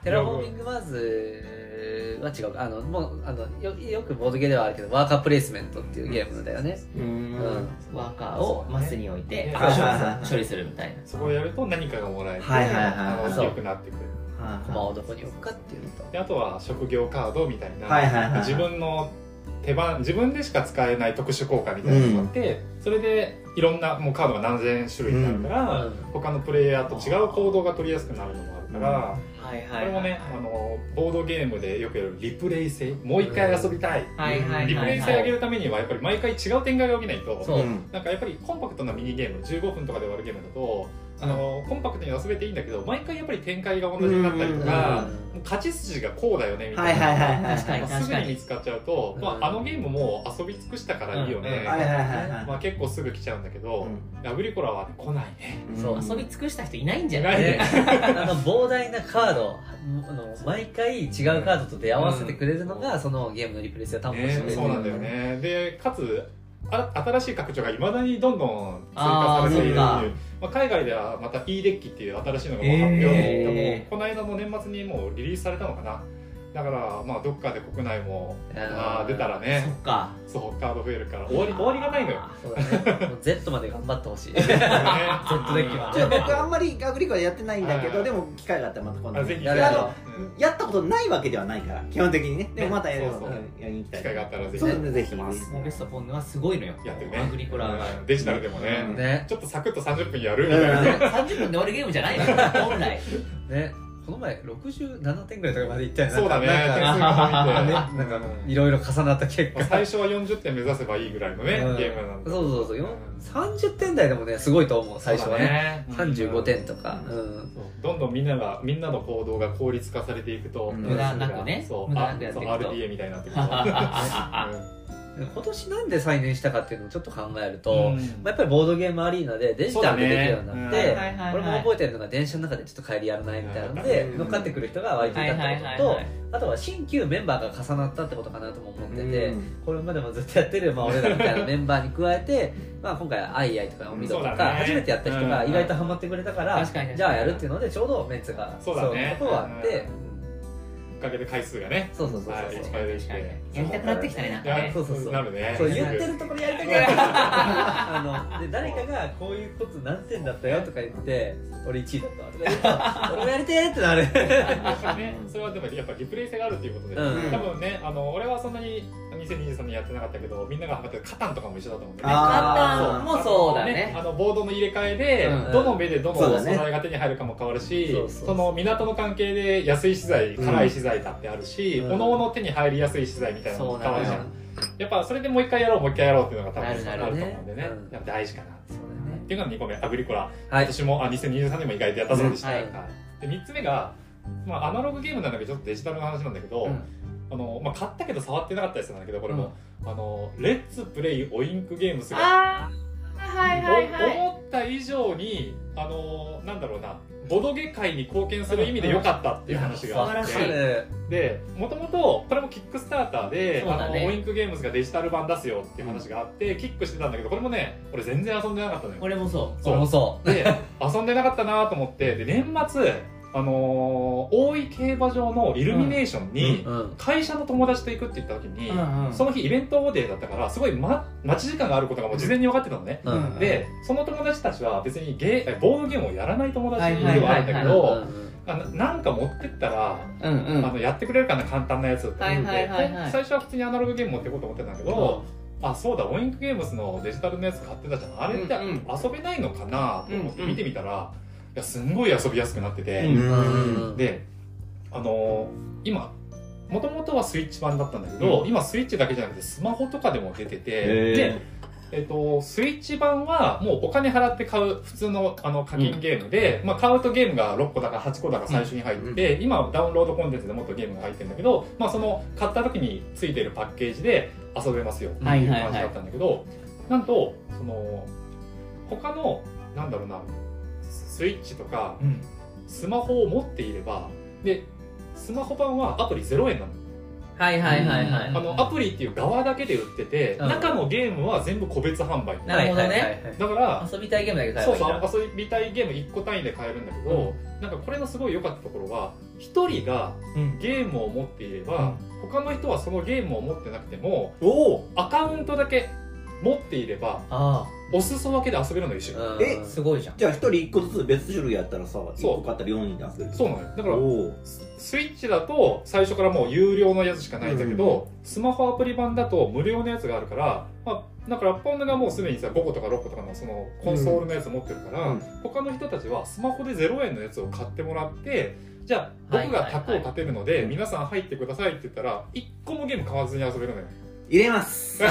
Speaker 2: テラフォーミングマーズは違うかあのもうあのよよくボードゲーではあるけどワーカープレイスメントっていうゲームだよね、
Speaker 3: うー
Speaker 2: うんん
Speaker 1: ワーカーをマスに置いて
Speaker 4: そう
Speaker 3: だね
Speaker 1: 処理処理するみたいな
Speaker 4: そこをやると何かがもらえて、
Speaker 3: はいはいはい
Speaker 4: あの
Speaker 2: そう
Speaker 4: 良くなってくる
Speaker 2: 駒
Speaker 3: は
Speaker 2: をどこに置くかっていうのと
Speaker 4: であとは職業カードみたいな、
Speaker 3: いはいはいはい
Speaker 4: 自分の手番自分でしか使えない特殊効果みたいなのがあって、それでいろんなもうカードが何千種類になるから、
Speaker 2: うん
Speaker 4: 他のプレイヤーと違う行動が取りやすくなるのもあるから、
Speaker 1: はい
Speaker 4: これもねあのボードゲームでよくやるリプレイ性もう一回遊びたい、
Speaker 1: はいはいはいはい
Speaker 4: リプレイ性上げるためにはやっぱり毎回違う展開が起きないと
Speaker 2: そう
Speaker 3: うん
Speaker 4: なんかやっぱりコンパクトなミニゲーム15分とかで終わるゲームだとあのコンパクトに遊べていいんだけど毎回やっぱり展開が同じになったりとか、
Speaker 2: うん
Speaker 4: もう勝ち筋がこうだよねみ
Speaker 3: は
Speaker 4: た
Speaker 3: い
Speaker 4: いな、
Speaker 3: はいはいはい
Speaker 1: 確かに
Speaker 4: まあすぐに見つかっちゃうと、
Speaker 2: うん
Speaker 4: まあ、あのゲームもう遊び尽くしたからいいよね、
Speaker 1: うん
Speaker 3: はいはいはいはい
Speaker 4: まあ、結構すぐ来ちゃうんだけど、アグリコラはね、来ないね
Speaker 3: うん
Speaker 2: そう
Speaker 1: 遊び尽くした人いないんじゃ
Speaker 4: い
Speaker 1: ない
Speaker 4: ない
Speaker 2: ね、あの膨大なカードあの毎回違うカードと出会わせてくれるのが、そのゲームのリプレイ性を担保してくれ
Speaker 4: ね
Speaker 2: る
Speaker 4: そうなんだよねでかつあ新しい拡張がいまだにどんどん追加されているっていう
Speaker 1: あーそ
Speaker 4: まあ、海外ではまた E デッキっていう新しいのがもう発表、
Speaker 1: え
Speaker 4: この間の年末にもうリリースされたのかなだからまあどっかで国内も
Speaker 2: あ
Speaker 4: あ
Speaker 2: ー
Speaker 4: ー出た
Speaker 1: ーそ
Speaker 4: らね
Speaker 1: っか
Speaker 4: そうカード増えるから終わり終わりがな いのよ、ね、
Speaker 2: そうだねもう Z まで頑張ってほ しい Z デッキは
Speaker 3: じゃあ僕あんまりアグリコラやってないんだけ
Speaker 4: は
Speaker 3: ど
Speaker 4: い
Speaker 3: でも機会があったらまた今
Speaker 4: あ
Speaker 3: 度
Speaker 4: ぜひ
Speaker 2: や
Speaker 3: や
Speaker 2: るやろ
Speaker 3: あのやったことないわけではないから基本的にねでもまたやる
Speaker 4: そうそう
Speaker 3: うんやりに行きたい
Speaker 4: 機会があったらぜひ
Speaker 3: そうねぜひぜ
Speaker 1: モベストポンヌはすごいの よ
Speaker 4: やってるね
Speaker 1: アグリコラが
Speaker 4: うんデジタルでもね、
Speaker 3: うん
Speaker 2: ね
Speaker 4: ちょっとサクッと30分やるみたいな、
Speaker 3: うん
Speaker 1: 30分で終わるゲームじゃないのよ本来
Speaker 2: ねこの前67点ぐらいとかまでいったよね
Speaker 4: そうだね
Speaker 2: なんか
Speaker 4: 点数が
Speaker 2: ね
Speaker 4: 伸びて
Speaker 2: なんかいろいろ重なった結
Speaker 4: ま
Speaker 2: 果
Speaker 4: あ最初は40点目指せばいいぐらいのね、
Speaker 2: うん
Speaker 4: ゲームなんで
Speaker 2: そうそうそうよ30点台でもねすごいと思う最初はね
Speaker 4: そうだね
Speaker 2: 35点とか、うん
Speaker 4: そうどんどんみんながみんなの行動が効率化されていくと
Speaker 3: うん
Speaker 4: うん
Speaker 1: 無駄なくね
Speaker 4: そう
Speaker 1: 無駄
Speaker 4: あ
Speaker 1: なくやって
Speaker 4: そ
Speaker 1: いうくと
Speaker 4: RDA みたいになってくると
Speaker 1: あ
Speaker 2: 今年なんで再燃したかっていうのをちょっと考え ると、
Speaker 4: うん
Speaker 2: まあ、やっぱりボードゲームアリーナでデジタルでできるようになっ
Speaker 4: そう
Speaker 2: て、
Speaker 4: だね
Speaker 1: うん
Speaker 2: 俺も覚えてるのが電車の中でちょっと帰りやらないみたいなので、
Speaker 3: うん
Speaker 2: 乗っかってくる人が湧いていたってことと、あとは新旧メンバーが重なったってことかなとも思ってて、
Speaker 3: うん
Speaker 2: これまでもずっとやってる、まあ、俺らみたいなメンバーに加えて、まあ、今回アイアイとかオミドと
Speaker 4: そ
Speaker 2: か、
Speaker 4: うだね
Speaker 2: 初めてやった人が意外とハマってくれたから、
Speaker 1: 確かに
Speaker 2: じゃあやるっていうのでちょうどメンツが
Speaker 4: そうだね
Speaker 2: そういうところがあって、
Speaker 4: おかげで回数がね
Speaker 2: そうそうそう
Speaker 4: はい
Speaker 2: そう
Speaker 4: 一
Speaker 1: 確か
Speaker 4: 回で
Speaker 1: に
Speaker 4: き
Speaker 1: 確か
Speaker 4: て
Speaker 1: にやりたくなってきたねなんかね
Speaker 2: そうそうそう
Speaker 4: なるね
Speaker 2: そう言ってるところやりたくないあので誰かがこういうことなってんだったよとか言って俺1位だったわとか言うと俺もやりてーってなる
Speaker 4: ねそれはでもやっぱリプレイ性があるっていうことで、
Speaker 2: うん
Speaker 4: 多分ねあの俺はそんなに2023年やってなかったけどみんながハマってるカタンとかも一緒だと思うんだよね
Speaker 3: あ
Speaker 1: 簡単もそうだ
Speaker 4: ね
Speaker 1: ね
Speaker 4: あのボードの入れ替えで、
Speaker 1: うん
Speaker 4: どの目でどの
Speaker 3: そう
Speaker 4: 素
Speaker 3: だね
Speaker 4: 材が手に入るかも変わるし
Speaker 2: そ
Speaker 4: そう
Speaker 2: そう
Speaker 4: の港の関係で安い資材
Speaker 3: うん
Speaker 4: 辛い資材だってあるし、
Speaker 2: うん
Speaker 4: 各々手に入りやすい資材みたいなの
Speaker 1: そ
Speaker 4: も
Speaker 1: う
Speaker 4: 変わ
Speaker 1: だ
Speaker 4: るじゃ
Speaker 1: ね
Speaker 4: んやっぱそれでもう一回やろうもう一回やろうっていうのが多分
Speaker 1: な
Speaker 4: あ
Speaker 1: る
Speaker 4: る
Speaker 1: な
Speaker 4: と
Speaker 2: る
Speaker 4: 思
Speaker 2: ね
Speaker 4: うんでね
Speaker 2: うん
Speaker 4: やっぱ大事かなって
Speaker 2: そうだね
Speaker 4: いうのが2個目アグリコラ
Speaker 2: はい
Speaker 4: 今年もあ2023年も意外とやったぞでした、
Speaker 1: うんはい
Speaker 4: で3つ目が、まあ、アナログゲームなんだけどちょっとデジタルの話なんだけど、
Speaker 1: うん
Speaker 4: あのまあ、買ったけど触ってなかったやつなんだけどこれも、あのレッツプレイオインクゲームする
Speaker 1: あーはいはいはい
Speaker 4: 思った以上にあのなんだろうなボドゲ界に貢献する意味で良かったっていう話があっ
Speaker 1: 素
Speaker 4: て
Speaker 1: 晴らしい
Speaker 4: でもともとこれもキックスターターで、
Speaker 1: そう
Speaker 4: あ
Speaker 1: だ
Speaker 4: の
Speaker 1: ね
Speaker 4: オインクゲームズがデジタル版出すよっていう話があって、キックしてたんだけどこれもね俺全然遊んでなかったのよ
Speaker 1: 俺もそう
Speaker 4: そう
Speaker 2: 重そ
Speaker 4: で遊んでなかったなと思ってで年末、あのー大井競馬場のイルミネーションに
Speaker 2: う、うん、
Speaker 4: 会社の友達と行くって言った時に、
Speaker 1: うんうん
Speaker 4: その日イベントデーだったからすごい、ま、待ち時間があることがもう事前に分かってたのね、
Speaker 2: うん
Speaker 1: うん
Speaker 4: でその友達たちは別にゲーえボードゲームをやらない友達
Speaker 1: はい
Speaker 4: で
Speaker 1: は
Speaker 4: はいあ
Speaker 1: はい
Speaker 4: るんだけ
Speaker 2: うん
Speaker 4: どあななんか持ってったら、
Speaker 1: うんうん
Speaker 4: あのやってくれるかな簡単なやつって
Speaker 1: はいはいはいはい
Speaker 4: 最初は普通にアナログゲーム持ってこうと思ってたんだけど、あそうだオインクゲームスのデジタルのやつ買ってたじゃんあれって
Speaker 1: うんうん
Speaker 4: 遊べないのかなと思っ
Speaker 1: う
Speaker 4: て
Speaker 1: んうん
Speaker 4: 見てみたら、いやすんごい遊びやすくなってて、
Speaker 1: う
Speaker 2: うん
Speaker 3: うん
Speaker 4: であのー今もともとはスイッチ版だったんだけど、今スイッチだけじゃなくてスマホとかでも出てて、でえっと、スイッチ版はもうお金払って買う普通のあの課金ゲームで、まあ、買うとゲームが6個だか8個だか最初に入って、今ダウンロードコンテンツでもっとゲームが入ってるんだけど、まあ、その買った時についてるパッケージで遊べますよって
Speaker 1: はい
Speaker 4: いう
Speaker 1: はいはい
Speaker 4: 感じだったんだけど、なんとその他のなんだろうなスイッチとか
Speaker 1: うん
Speaker 4: スマホを持っていればでスマホ版はアプリ0円なの。
Speaker 2: はいはいはいは
Speaker 1: う
Speaker 2: い
Speaker 1: ん
Speaker 4: あのアプリっていう側だけで売ってて、
Speaker 2: うん
Speaker 4: 中のゲームは全部個別販売
Speaker 1: なるほどね
Speaker 2: はいはいはい
Speaker 4: だから
Speaker 2: 遊びたいゲームだけ買えば
Speaker 4: そ
Speaker 2: いういんだ
Speaker 4: そう遊びたいゲーム1個単位で買えるんだけど、なんかこれのすごい良かったところは1人が
Speaker 1: うん
Speaker 4: ゲームを持っていれば、他の人はそのゲームを持ってなくても
Speaker 3: お
Speaker 4: アカウントだけ持っていれば
Speaker 1: あ
Speaker 4: お裾分けで遊べるの一緒、
Speaker 2: うん
Speaker 3: え
Speaker 1: あすごいじゃん
Speaker 3: じゃあ一人一個ずつ別種類やったらさ一個買ったら4人で遊べる
Speaker 4: そうなのよだから
Speaker 3: おお
Speaker 4: ススイッチだと最初からもう有料のやつしかないんだけど、スマホアプリ版だと無料のやつがあるから、まあ、だからポンヌがもうすでにさ5個とか6個とかのそのコンソールのやつ持ってるから、
Speaker 3: うん
Speaker 4: 他の人たちはスマホで0円のやつを買ってもらってじゃあ
Speaker 1: はい
Speaker 4: 僕
Speaker 1: はい
Speaker 4: が
Speaker 1: はい
Speaker 4: 卓を立てるので、皆さん入ってくださいって言ったら1個もゲーム買わずに遊べ るのよ。
Speaker 3: 入れます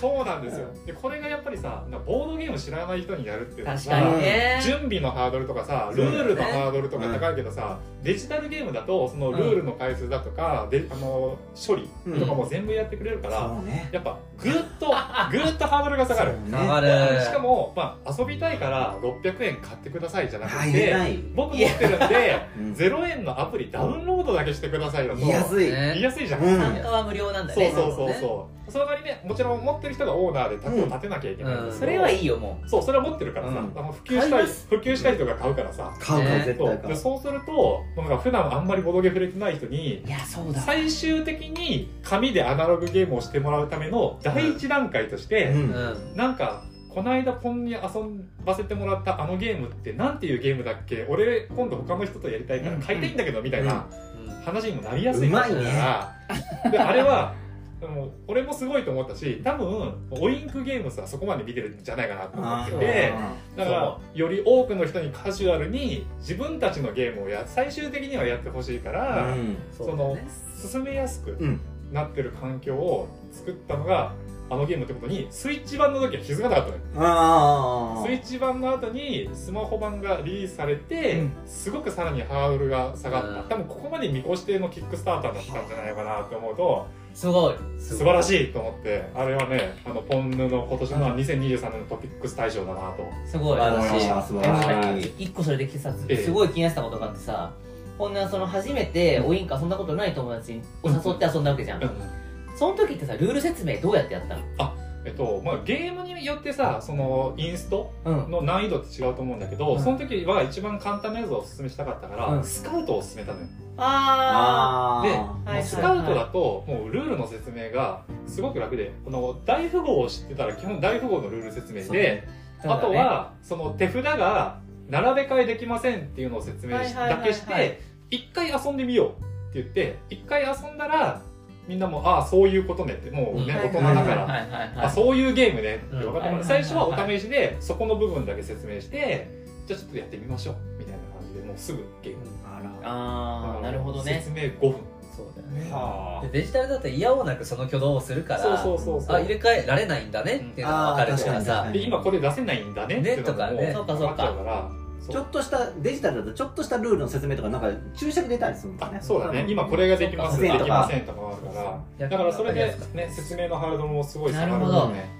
Speaker 4: そうなんですよでこれがやっぱりさなんかボードゲーム知らない人にやるっていうのが
Speaker 1: 確かにね
Speaker 4: 準備のハードルとかさ
Speaker 3: そう
Speaker 4: ル
Speaker 3: だね
Speaker 4: ールのハードルとか高いけどさ、デジタルゲームだとそのルールの回数だとか、であの処理とかも全部やってくれるから、
Speaker 3: そうね
Speaker 4: やっぱぐっとぐっとハードルが下がる、
Speaker 2: 下がる
Speaker 4: しかも、まあ、遊びたいから600円買ってくださいじゃなく
Speaker 3: 入れ
Speaker 4: て
Speaker 3: ない
Speaker 4: 僕持ってるんで
Speaker 3: うん
Speaker 4: 0円のアプリダウンロードだけしてくださいだと
Speaker 3: 言いやすい
Speaker 2: ね
Speaker 4: 言いやすいじゃん、
Speaker 3: うん
Speaker 1: 参加は無料なんだ
Speaker 4: そう
Speaker 1: ね
Speaker 4: そうそうそうその代わりねもちろん持ってる人がオーナーで卓を立てなきゃいけないんで
Speaker 1: そ
Speaker 4: すけど
Speaker 1: れはいいよも
Speaker 4: そうそれは持ってるからさ、
Speaker 3: うん
Speaker 4: あの普及
Speaker 1: 買
Speaker 4: した
Speaker 1: いま
Speaker 4: い
Speaker 1: す
Speaker 4: 普及したい人が買うからさ
Speaker 3: 買う買う絶
Speaker 4: そう
Speaker 3: 対買
Speaker 4: で
Speaker 3: う
Speaker 4: そうするとなんか普段あんまりボドゲ触れてない人に
Speaker 1: ういやそうだ
Speaker 4: 最終的に紙でアナログゲームをしてもらうための第一段階として、
Speaker 3: ん
Speaker 2: うん
Speaker 4: なんかこないだポンに遊ばせてもらったあのゲームってなんていうゲームだっけ俺今度他の人とやりたいから買いたいんだけどみたいな話にもなりやすいかもしれないから、であれはでも俺もすごいと思ったし多分オインクゲームさそこまで見てるんじゃないかなと思ってて。
Speaker 3: あ
Speaker 4: だからより多くの人にカジュアルに自分たちのゲームをや最終的にはやってほしいか
Speaker 3: ー
Speaker 4: ら、
Speaker 3: うん
Speaker 2: そ
Speaker 4: そう
Speaker 2: だ
Speaker 4: の
Speaker 2: ね
Speaker 4: 進めやすく
Speaker 3: うん
Speaker 4: なってる環境を作ったのがあのゲームってことにスイッチ版の時は気づかなかったのよ
Speaker 3: ああ
Speaker 4: スイッチ版の後にスマホ版がリリースされて、
Speaker 1: うん
Speaker 4: すごくさらにハードルが下がった、
Speaker 2: うん
Speaker 4: 多分ここまで見越してのキックスターターだったんじゃないかなって思うと
Speaker 1: すごい
Speaker 4: 素晴らしいと思ってあれはねあのポンヌの今年の2023年のトピックス大賞だなと
Speaker 1: すごい
Speaker 3: 素晴らしい
Speaker 1: あの
Speaker 3: 素晴らしい
Speaker 1: 一個それでさ
Speaker 4: ええ
Speaker 1: すごい気になってたことがあってさほんならその初めてウインカーそんなことない友達を誘って遊んだわけじゃんその時ってさルール説明どうやってやったの
Speaker 4: えっとまあ、ゲームによってさそのインスト
Speaker 1: うん
Speaker 4: の難易度って違うと思うんだけど、
Speaker 1: うん
Speaker 4: その時は一番簡単なやつをおすすめしたかったから、
Speaker 1: うん
Speaker 4: スカウトをおすすめたのよ
Speaker 1: あ
Speaker 3: あ
Speaker 4: で
Speaker 3: ー
Speaker 1: はいはいはい
Speaker 4: スカウトだともうルールの説明がすごく楽でこの大富豪を知ってたら基本大富豪のルール説明
Speaker 3: そう
Speaker 4: で、
Speaker 1: ー
Speaker 4: あと
Speaker 1: そうだね
Speaker 4: はその手札が並べ替えできませんっていうのを説明し
Speaker 1: はいはいはいは
Speaker 4: だ
Speaker 1: い
Speaker 4: けして一回遊んでみようって言って一回遊んだらみんなもああそういうことねってもうね
Speaker 1: はいはい
Speaker 4: 大人
Speaker 1: はい
Speaker 4: だから
Speaker 1: はいはいはい
Speaker 4: あそういうゲームねって分かったか
Speaker 1: うんはいはいはいは
Speaker 4: ら
Speaker 1: い
Speaker 4: 最初はお試しでそこの部分だけ説明してじゃあちょっとやってみましょうみたいな感じでもうすぐゲーム
Speaker 3: あ
Speaker 1: あーなるほどね
Speaker 4: 説明5分
Speaker 2: そうだよ
Speaker 3: ら
Speaker 2: ね
Speaker 3: は
Speaker 2: でデジタルだと嫌おうなくその挙動をするから
Speaker 4: そうそうそうそう
Speaker 2: あ入れ替えられないんだねっていうのが分かるから
Speaker 3: うんあー確かに確か
Speaker 2: さ
Speaker 3: に
Speaker 4: で今これ出せないんだねっていうのがもう
Speaker 2: ね
Speaker 1: と
Speaker 4: 分
Speaker 1: かね
Speaker 4: かっちゃうから
Speaker 3: あち
Speaker 4: そ
Speaker 3: ょ
Speaker 4: う
Speaker 3: っとしたデジタルだとちょっとしたルールの説明とかなんか注釈出たりするんだね
Speaker 4: そうだね、今これができます、
Speaker 3: そう
Speaker 4: で
Speaker 3: か
Speaker 4: きませんとかもあるから、だからそれで、ね、説明のハードルもすごい下がるよね。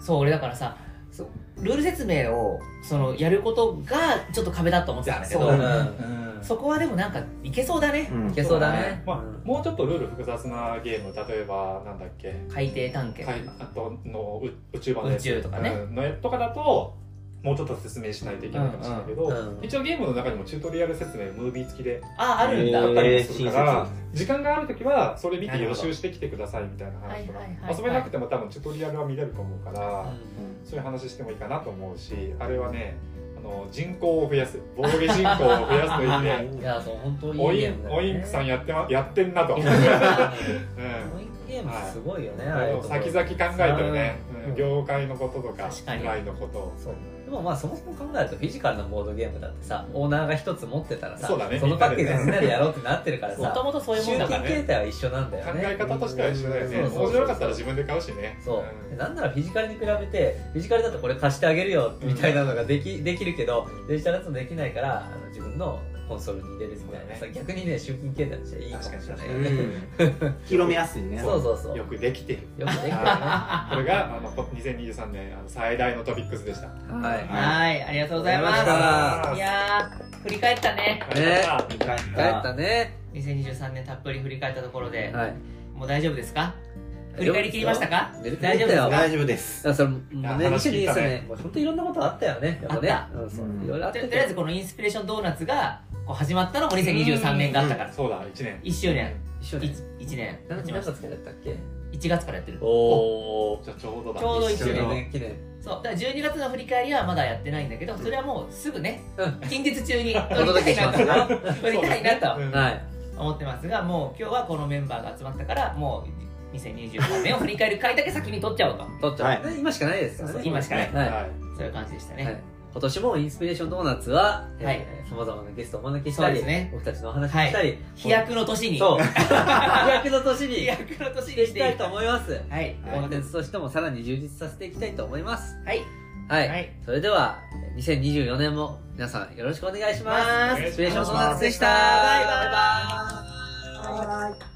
Speaker 1: そう俺だからさそうルール説明をそのやることがちょっと壁だと思ってたんだけ
Speaker 3: いや
Speaker 1: ど
Speaker 3: そうだね
Speaker 4: うん
Speaker 1: そこはでもなんかいけそうだね
Speaker 3: うん
Speaker 2: いけそうだね
Speaker 4: まあ、もうちょっとルール複雑なゲーム、例えばなんだっけ、
Speaker 1: 海底探検
Speaker 4: はいあとのう宇宙版のや
Speaker 1: 宇
Speaker 4: つ
Speaker 1: 宙とかね
Speaker 4: うんのやつとかだと、もうちょっと説明しないといけないかもしれないけど、
Speaker 2: うんうん
Speaker 4: 一応ゲームの中にもチュートリアル説明、ムービー付きで
Speaker 1: ああるんだ
Speaker 3: へ
Speaker 4: あ
Speaker 3: ー
Speaker 4: ったりもするか
Speaker 3: えー
Speaker 4: ら
Speaker 3: 親、
Speaker 4: 時間があるときは、それ見て予習してきてくださいみたいな
Speaker 1: なるほ
Speaker 4: 話
Speaker 1: ど
Speaker 4: とか
Speaker 1: はいはいはいは、い
Speaker 4: 遊べなくても多分チュートリアルは見れると思うから。
Speaker 3: うん
Speaker 4: そういう話してもいいかなと思うしあれはねあの人口を増やすボーゲ人口を増やすといい ね
Speaker 2: いやそう本当いい
Speaker 4: お
Speaker 2: ゲ
Speaker 4: い
Speaker 2: ームだよ
Speaker 4: お
Speaker 2: ね
Speaker 4: イン クさんやって,、ま、やってんなと、うん、
Speaker 2: オインクゲームってすごいよね、ああいう
Speaker 4: あの
Speaker 2: とこ
Speaker 4: 先々考えてるね、
Speaker 2: うん
Speaker 4: うん業界のこととか
Speaker 1: 確かに
Speaker 4: 未来のことを
Speaker 2: そうでもまあそもそも考えるとフィジカルなボードゲームだってさオーナーが一つ持ってたらさ
Speaker 4: そうだね
Speaker 2: のパッケージみんなでやろうってなってるから
Speaker 1: もと
Speaker 2: さ
Speaker 1: もとそういうも
Speaker 2: 集
Speaker 1: んだ
Speaker 2: 金
Speaker 1: から
Speaker 2: 形態は一緒なんだ
Speaker 4: 考
Speaker 2: よね
Speaker 4: え方としては一緒だよね
Speaker 2: うんそうそうそう
Speaker 4: 面白かったら自分で買うしね
Speaker 2: そう、
Speaker 4: ん
Speaker 2: なんならフィジカルに比べてフィジカルだとこれ貸してあげるよみたいなのができ,、できるけどデジタルだとできないからあの自分のコンソールに入れるみたいな
Speaker 4: そうだ
Speaker 2: さ逆にね集金形態としていいかもしれないよね
Speaker 3: 広めやすいね
Speaker 2: そうそうそう
Speaker 4: よ
Speaker 2: よ
Speaker 4: くできてる
Speaker 2: くできてるねは
Speaker 4: はいこれがあの2023年あの最大のトピックスでした。
Speaker 2: い
Speaker 1: はいありがとうございます
Speaker 2: あ
Speaker 1: いやー振り返ったね
Speaker 2: ね
Speaker 3: 見返し
Speaker 2: 帰ったね
Speaker 1: 2023年たっぷり振り返ったところで、
Speaker 2: はい
Speaker 1: もう大丈夫ですか振り返り切りましたか
Speaker 2: 出てきた
Speaker 1: 大丈夫です
Speaker 2: よ
Speaker 1: か
Speaker 3: 大丈夫です
Speaker 2: だからそれもうね西
Speaker 4: や話聞
Speaker 2: に
Speaker 4: いた
Speaker 2: そ
Speaker 4: ね
Speaker 2: うねもう本当いろんなことあったよねやっぱね
Speaker 1: あ
Speaker 2: うんそう
Speaker 3: うん
Speaker 2: いろいろあった
Speaker 1: と
Speaker 2: けど
Speaker 1: とりあえずこのインスピレーションドーナツがこう始まったのも2023年があったから、
Speaker 4: そうだ一年。
Speaker 1: 1周年
Speaker 2: 一緒に
Speaker 1: 1, 年
Speaker 2: 何
Speaker 1: 経ちまし
Speaker 2: 月
Speaker 1: た
Speaker 2: からやったっけ
Speaker 1: 1月からやってる
Speaker 2: おお
Speaker 4: じゃあちょうどだ。
Speaker 1: ちょうど一
Speaker 2: 一
Speaker 1: 周
Speaker 2: 周
Speaker 1: 年
Speaker 2: 年記念
Speaker 1: そうだから12月の振り返りはまだやってないんだけどそれはもうすぐね
Speaker 2: うん
Speaker 1: 近日中 に
Speaker 2: お
Speaker 1: 撮
Speaker 2: 届け
Speaker 1: り
Speaker 2: したま
Speaker 1: い
Speaker 2: すよ
Speaker 1: なと撮りたいなと
Speaker 4: うん
Speaker 2: はい
Speaker 1: 思ってますがもう今日はこのメンバーが集まったからもう2023年を振り返る回だけ先に撮っちゃおうと
Speaker 2: 取っちゃう、ね今しかないですから
Speaker 1: そう
Speaker 2: ね
Speaker 1: そう今しかない
Speaker 2: はい
Speaker 4: はい
Speaker 1: そういう感じでしたね、
Speaker 2: はい今年もインスピレーションドーナツは、
Speaker 1: は
Speaker 2: はいい、さまざまなゲストをお招きしたり、
Speaker 1: そうですね
Speaker 2: 僕たちのお話をしたり、
Speaker 1: 飛躍の年に
Speaker 2: そう、飛躍の年に
Speaker 1: 飛
Speaker 2: し
Speaker 1: 躍の年にしてて
Speaker 2: いきたいと思います。
Speaker 1: はい
Speaker 2: コンテンツとしてもさらに充実させていきたいと思います。
Speaker 1: はい
Speaker 2: はい、
Speaker 1: はい
Speaker 2: それでは2024年も皆さんよろしくお願いします。
Speaker 1: ま
Speaker 4: お願いします
Speaker 2: インスピレーションドーナツでした。
Speaker 1: バイバイ
Speaker 2: バイバイ
Speaker 3: はい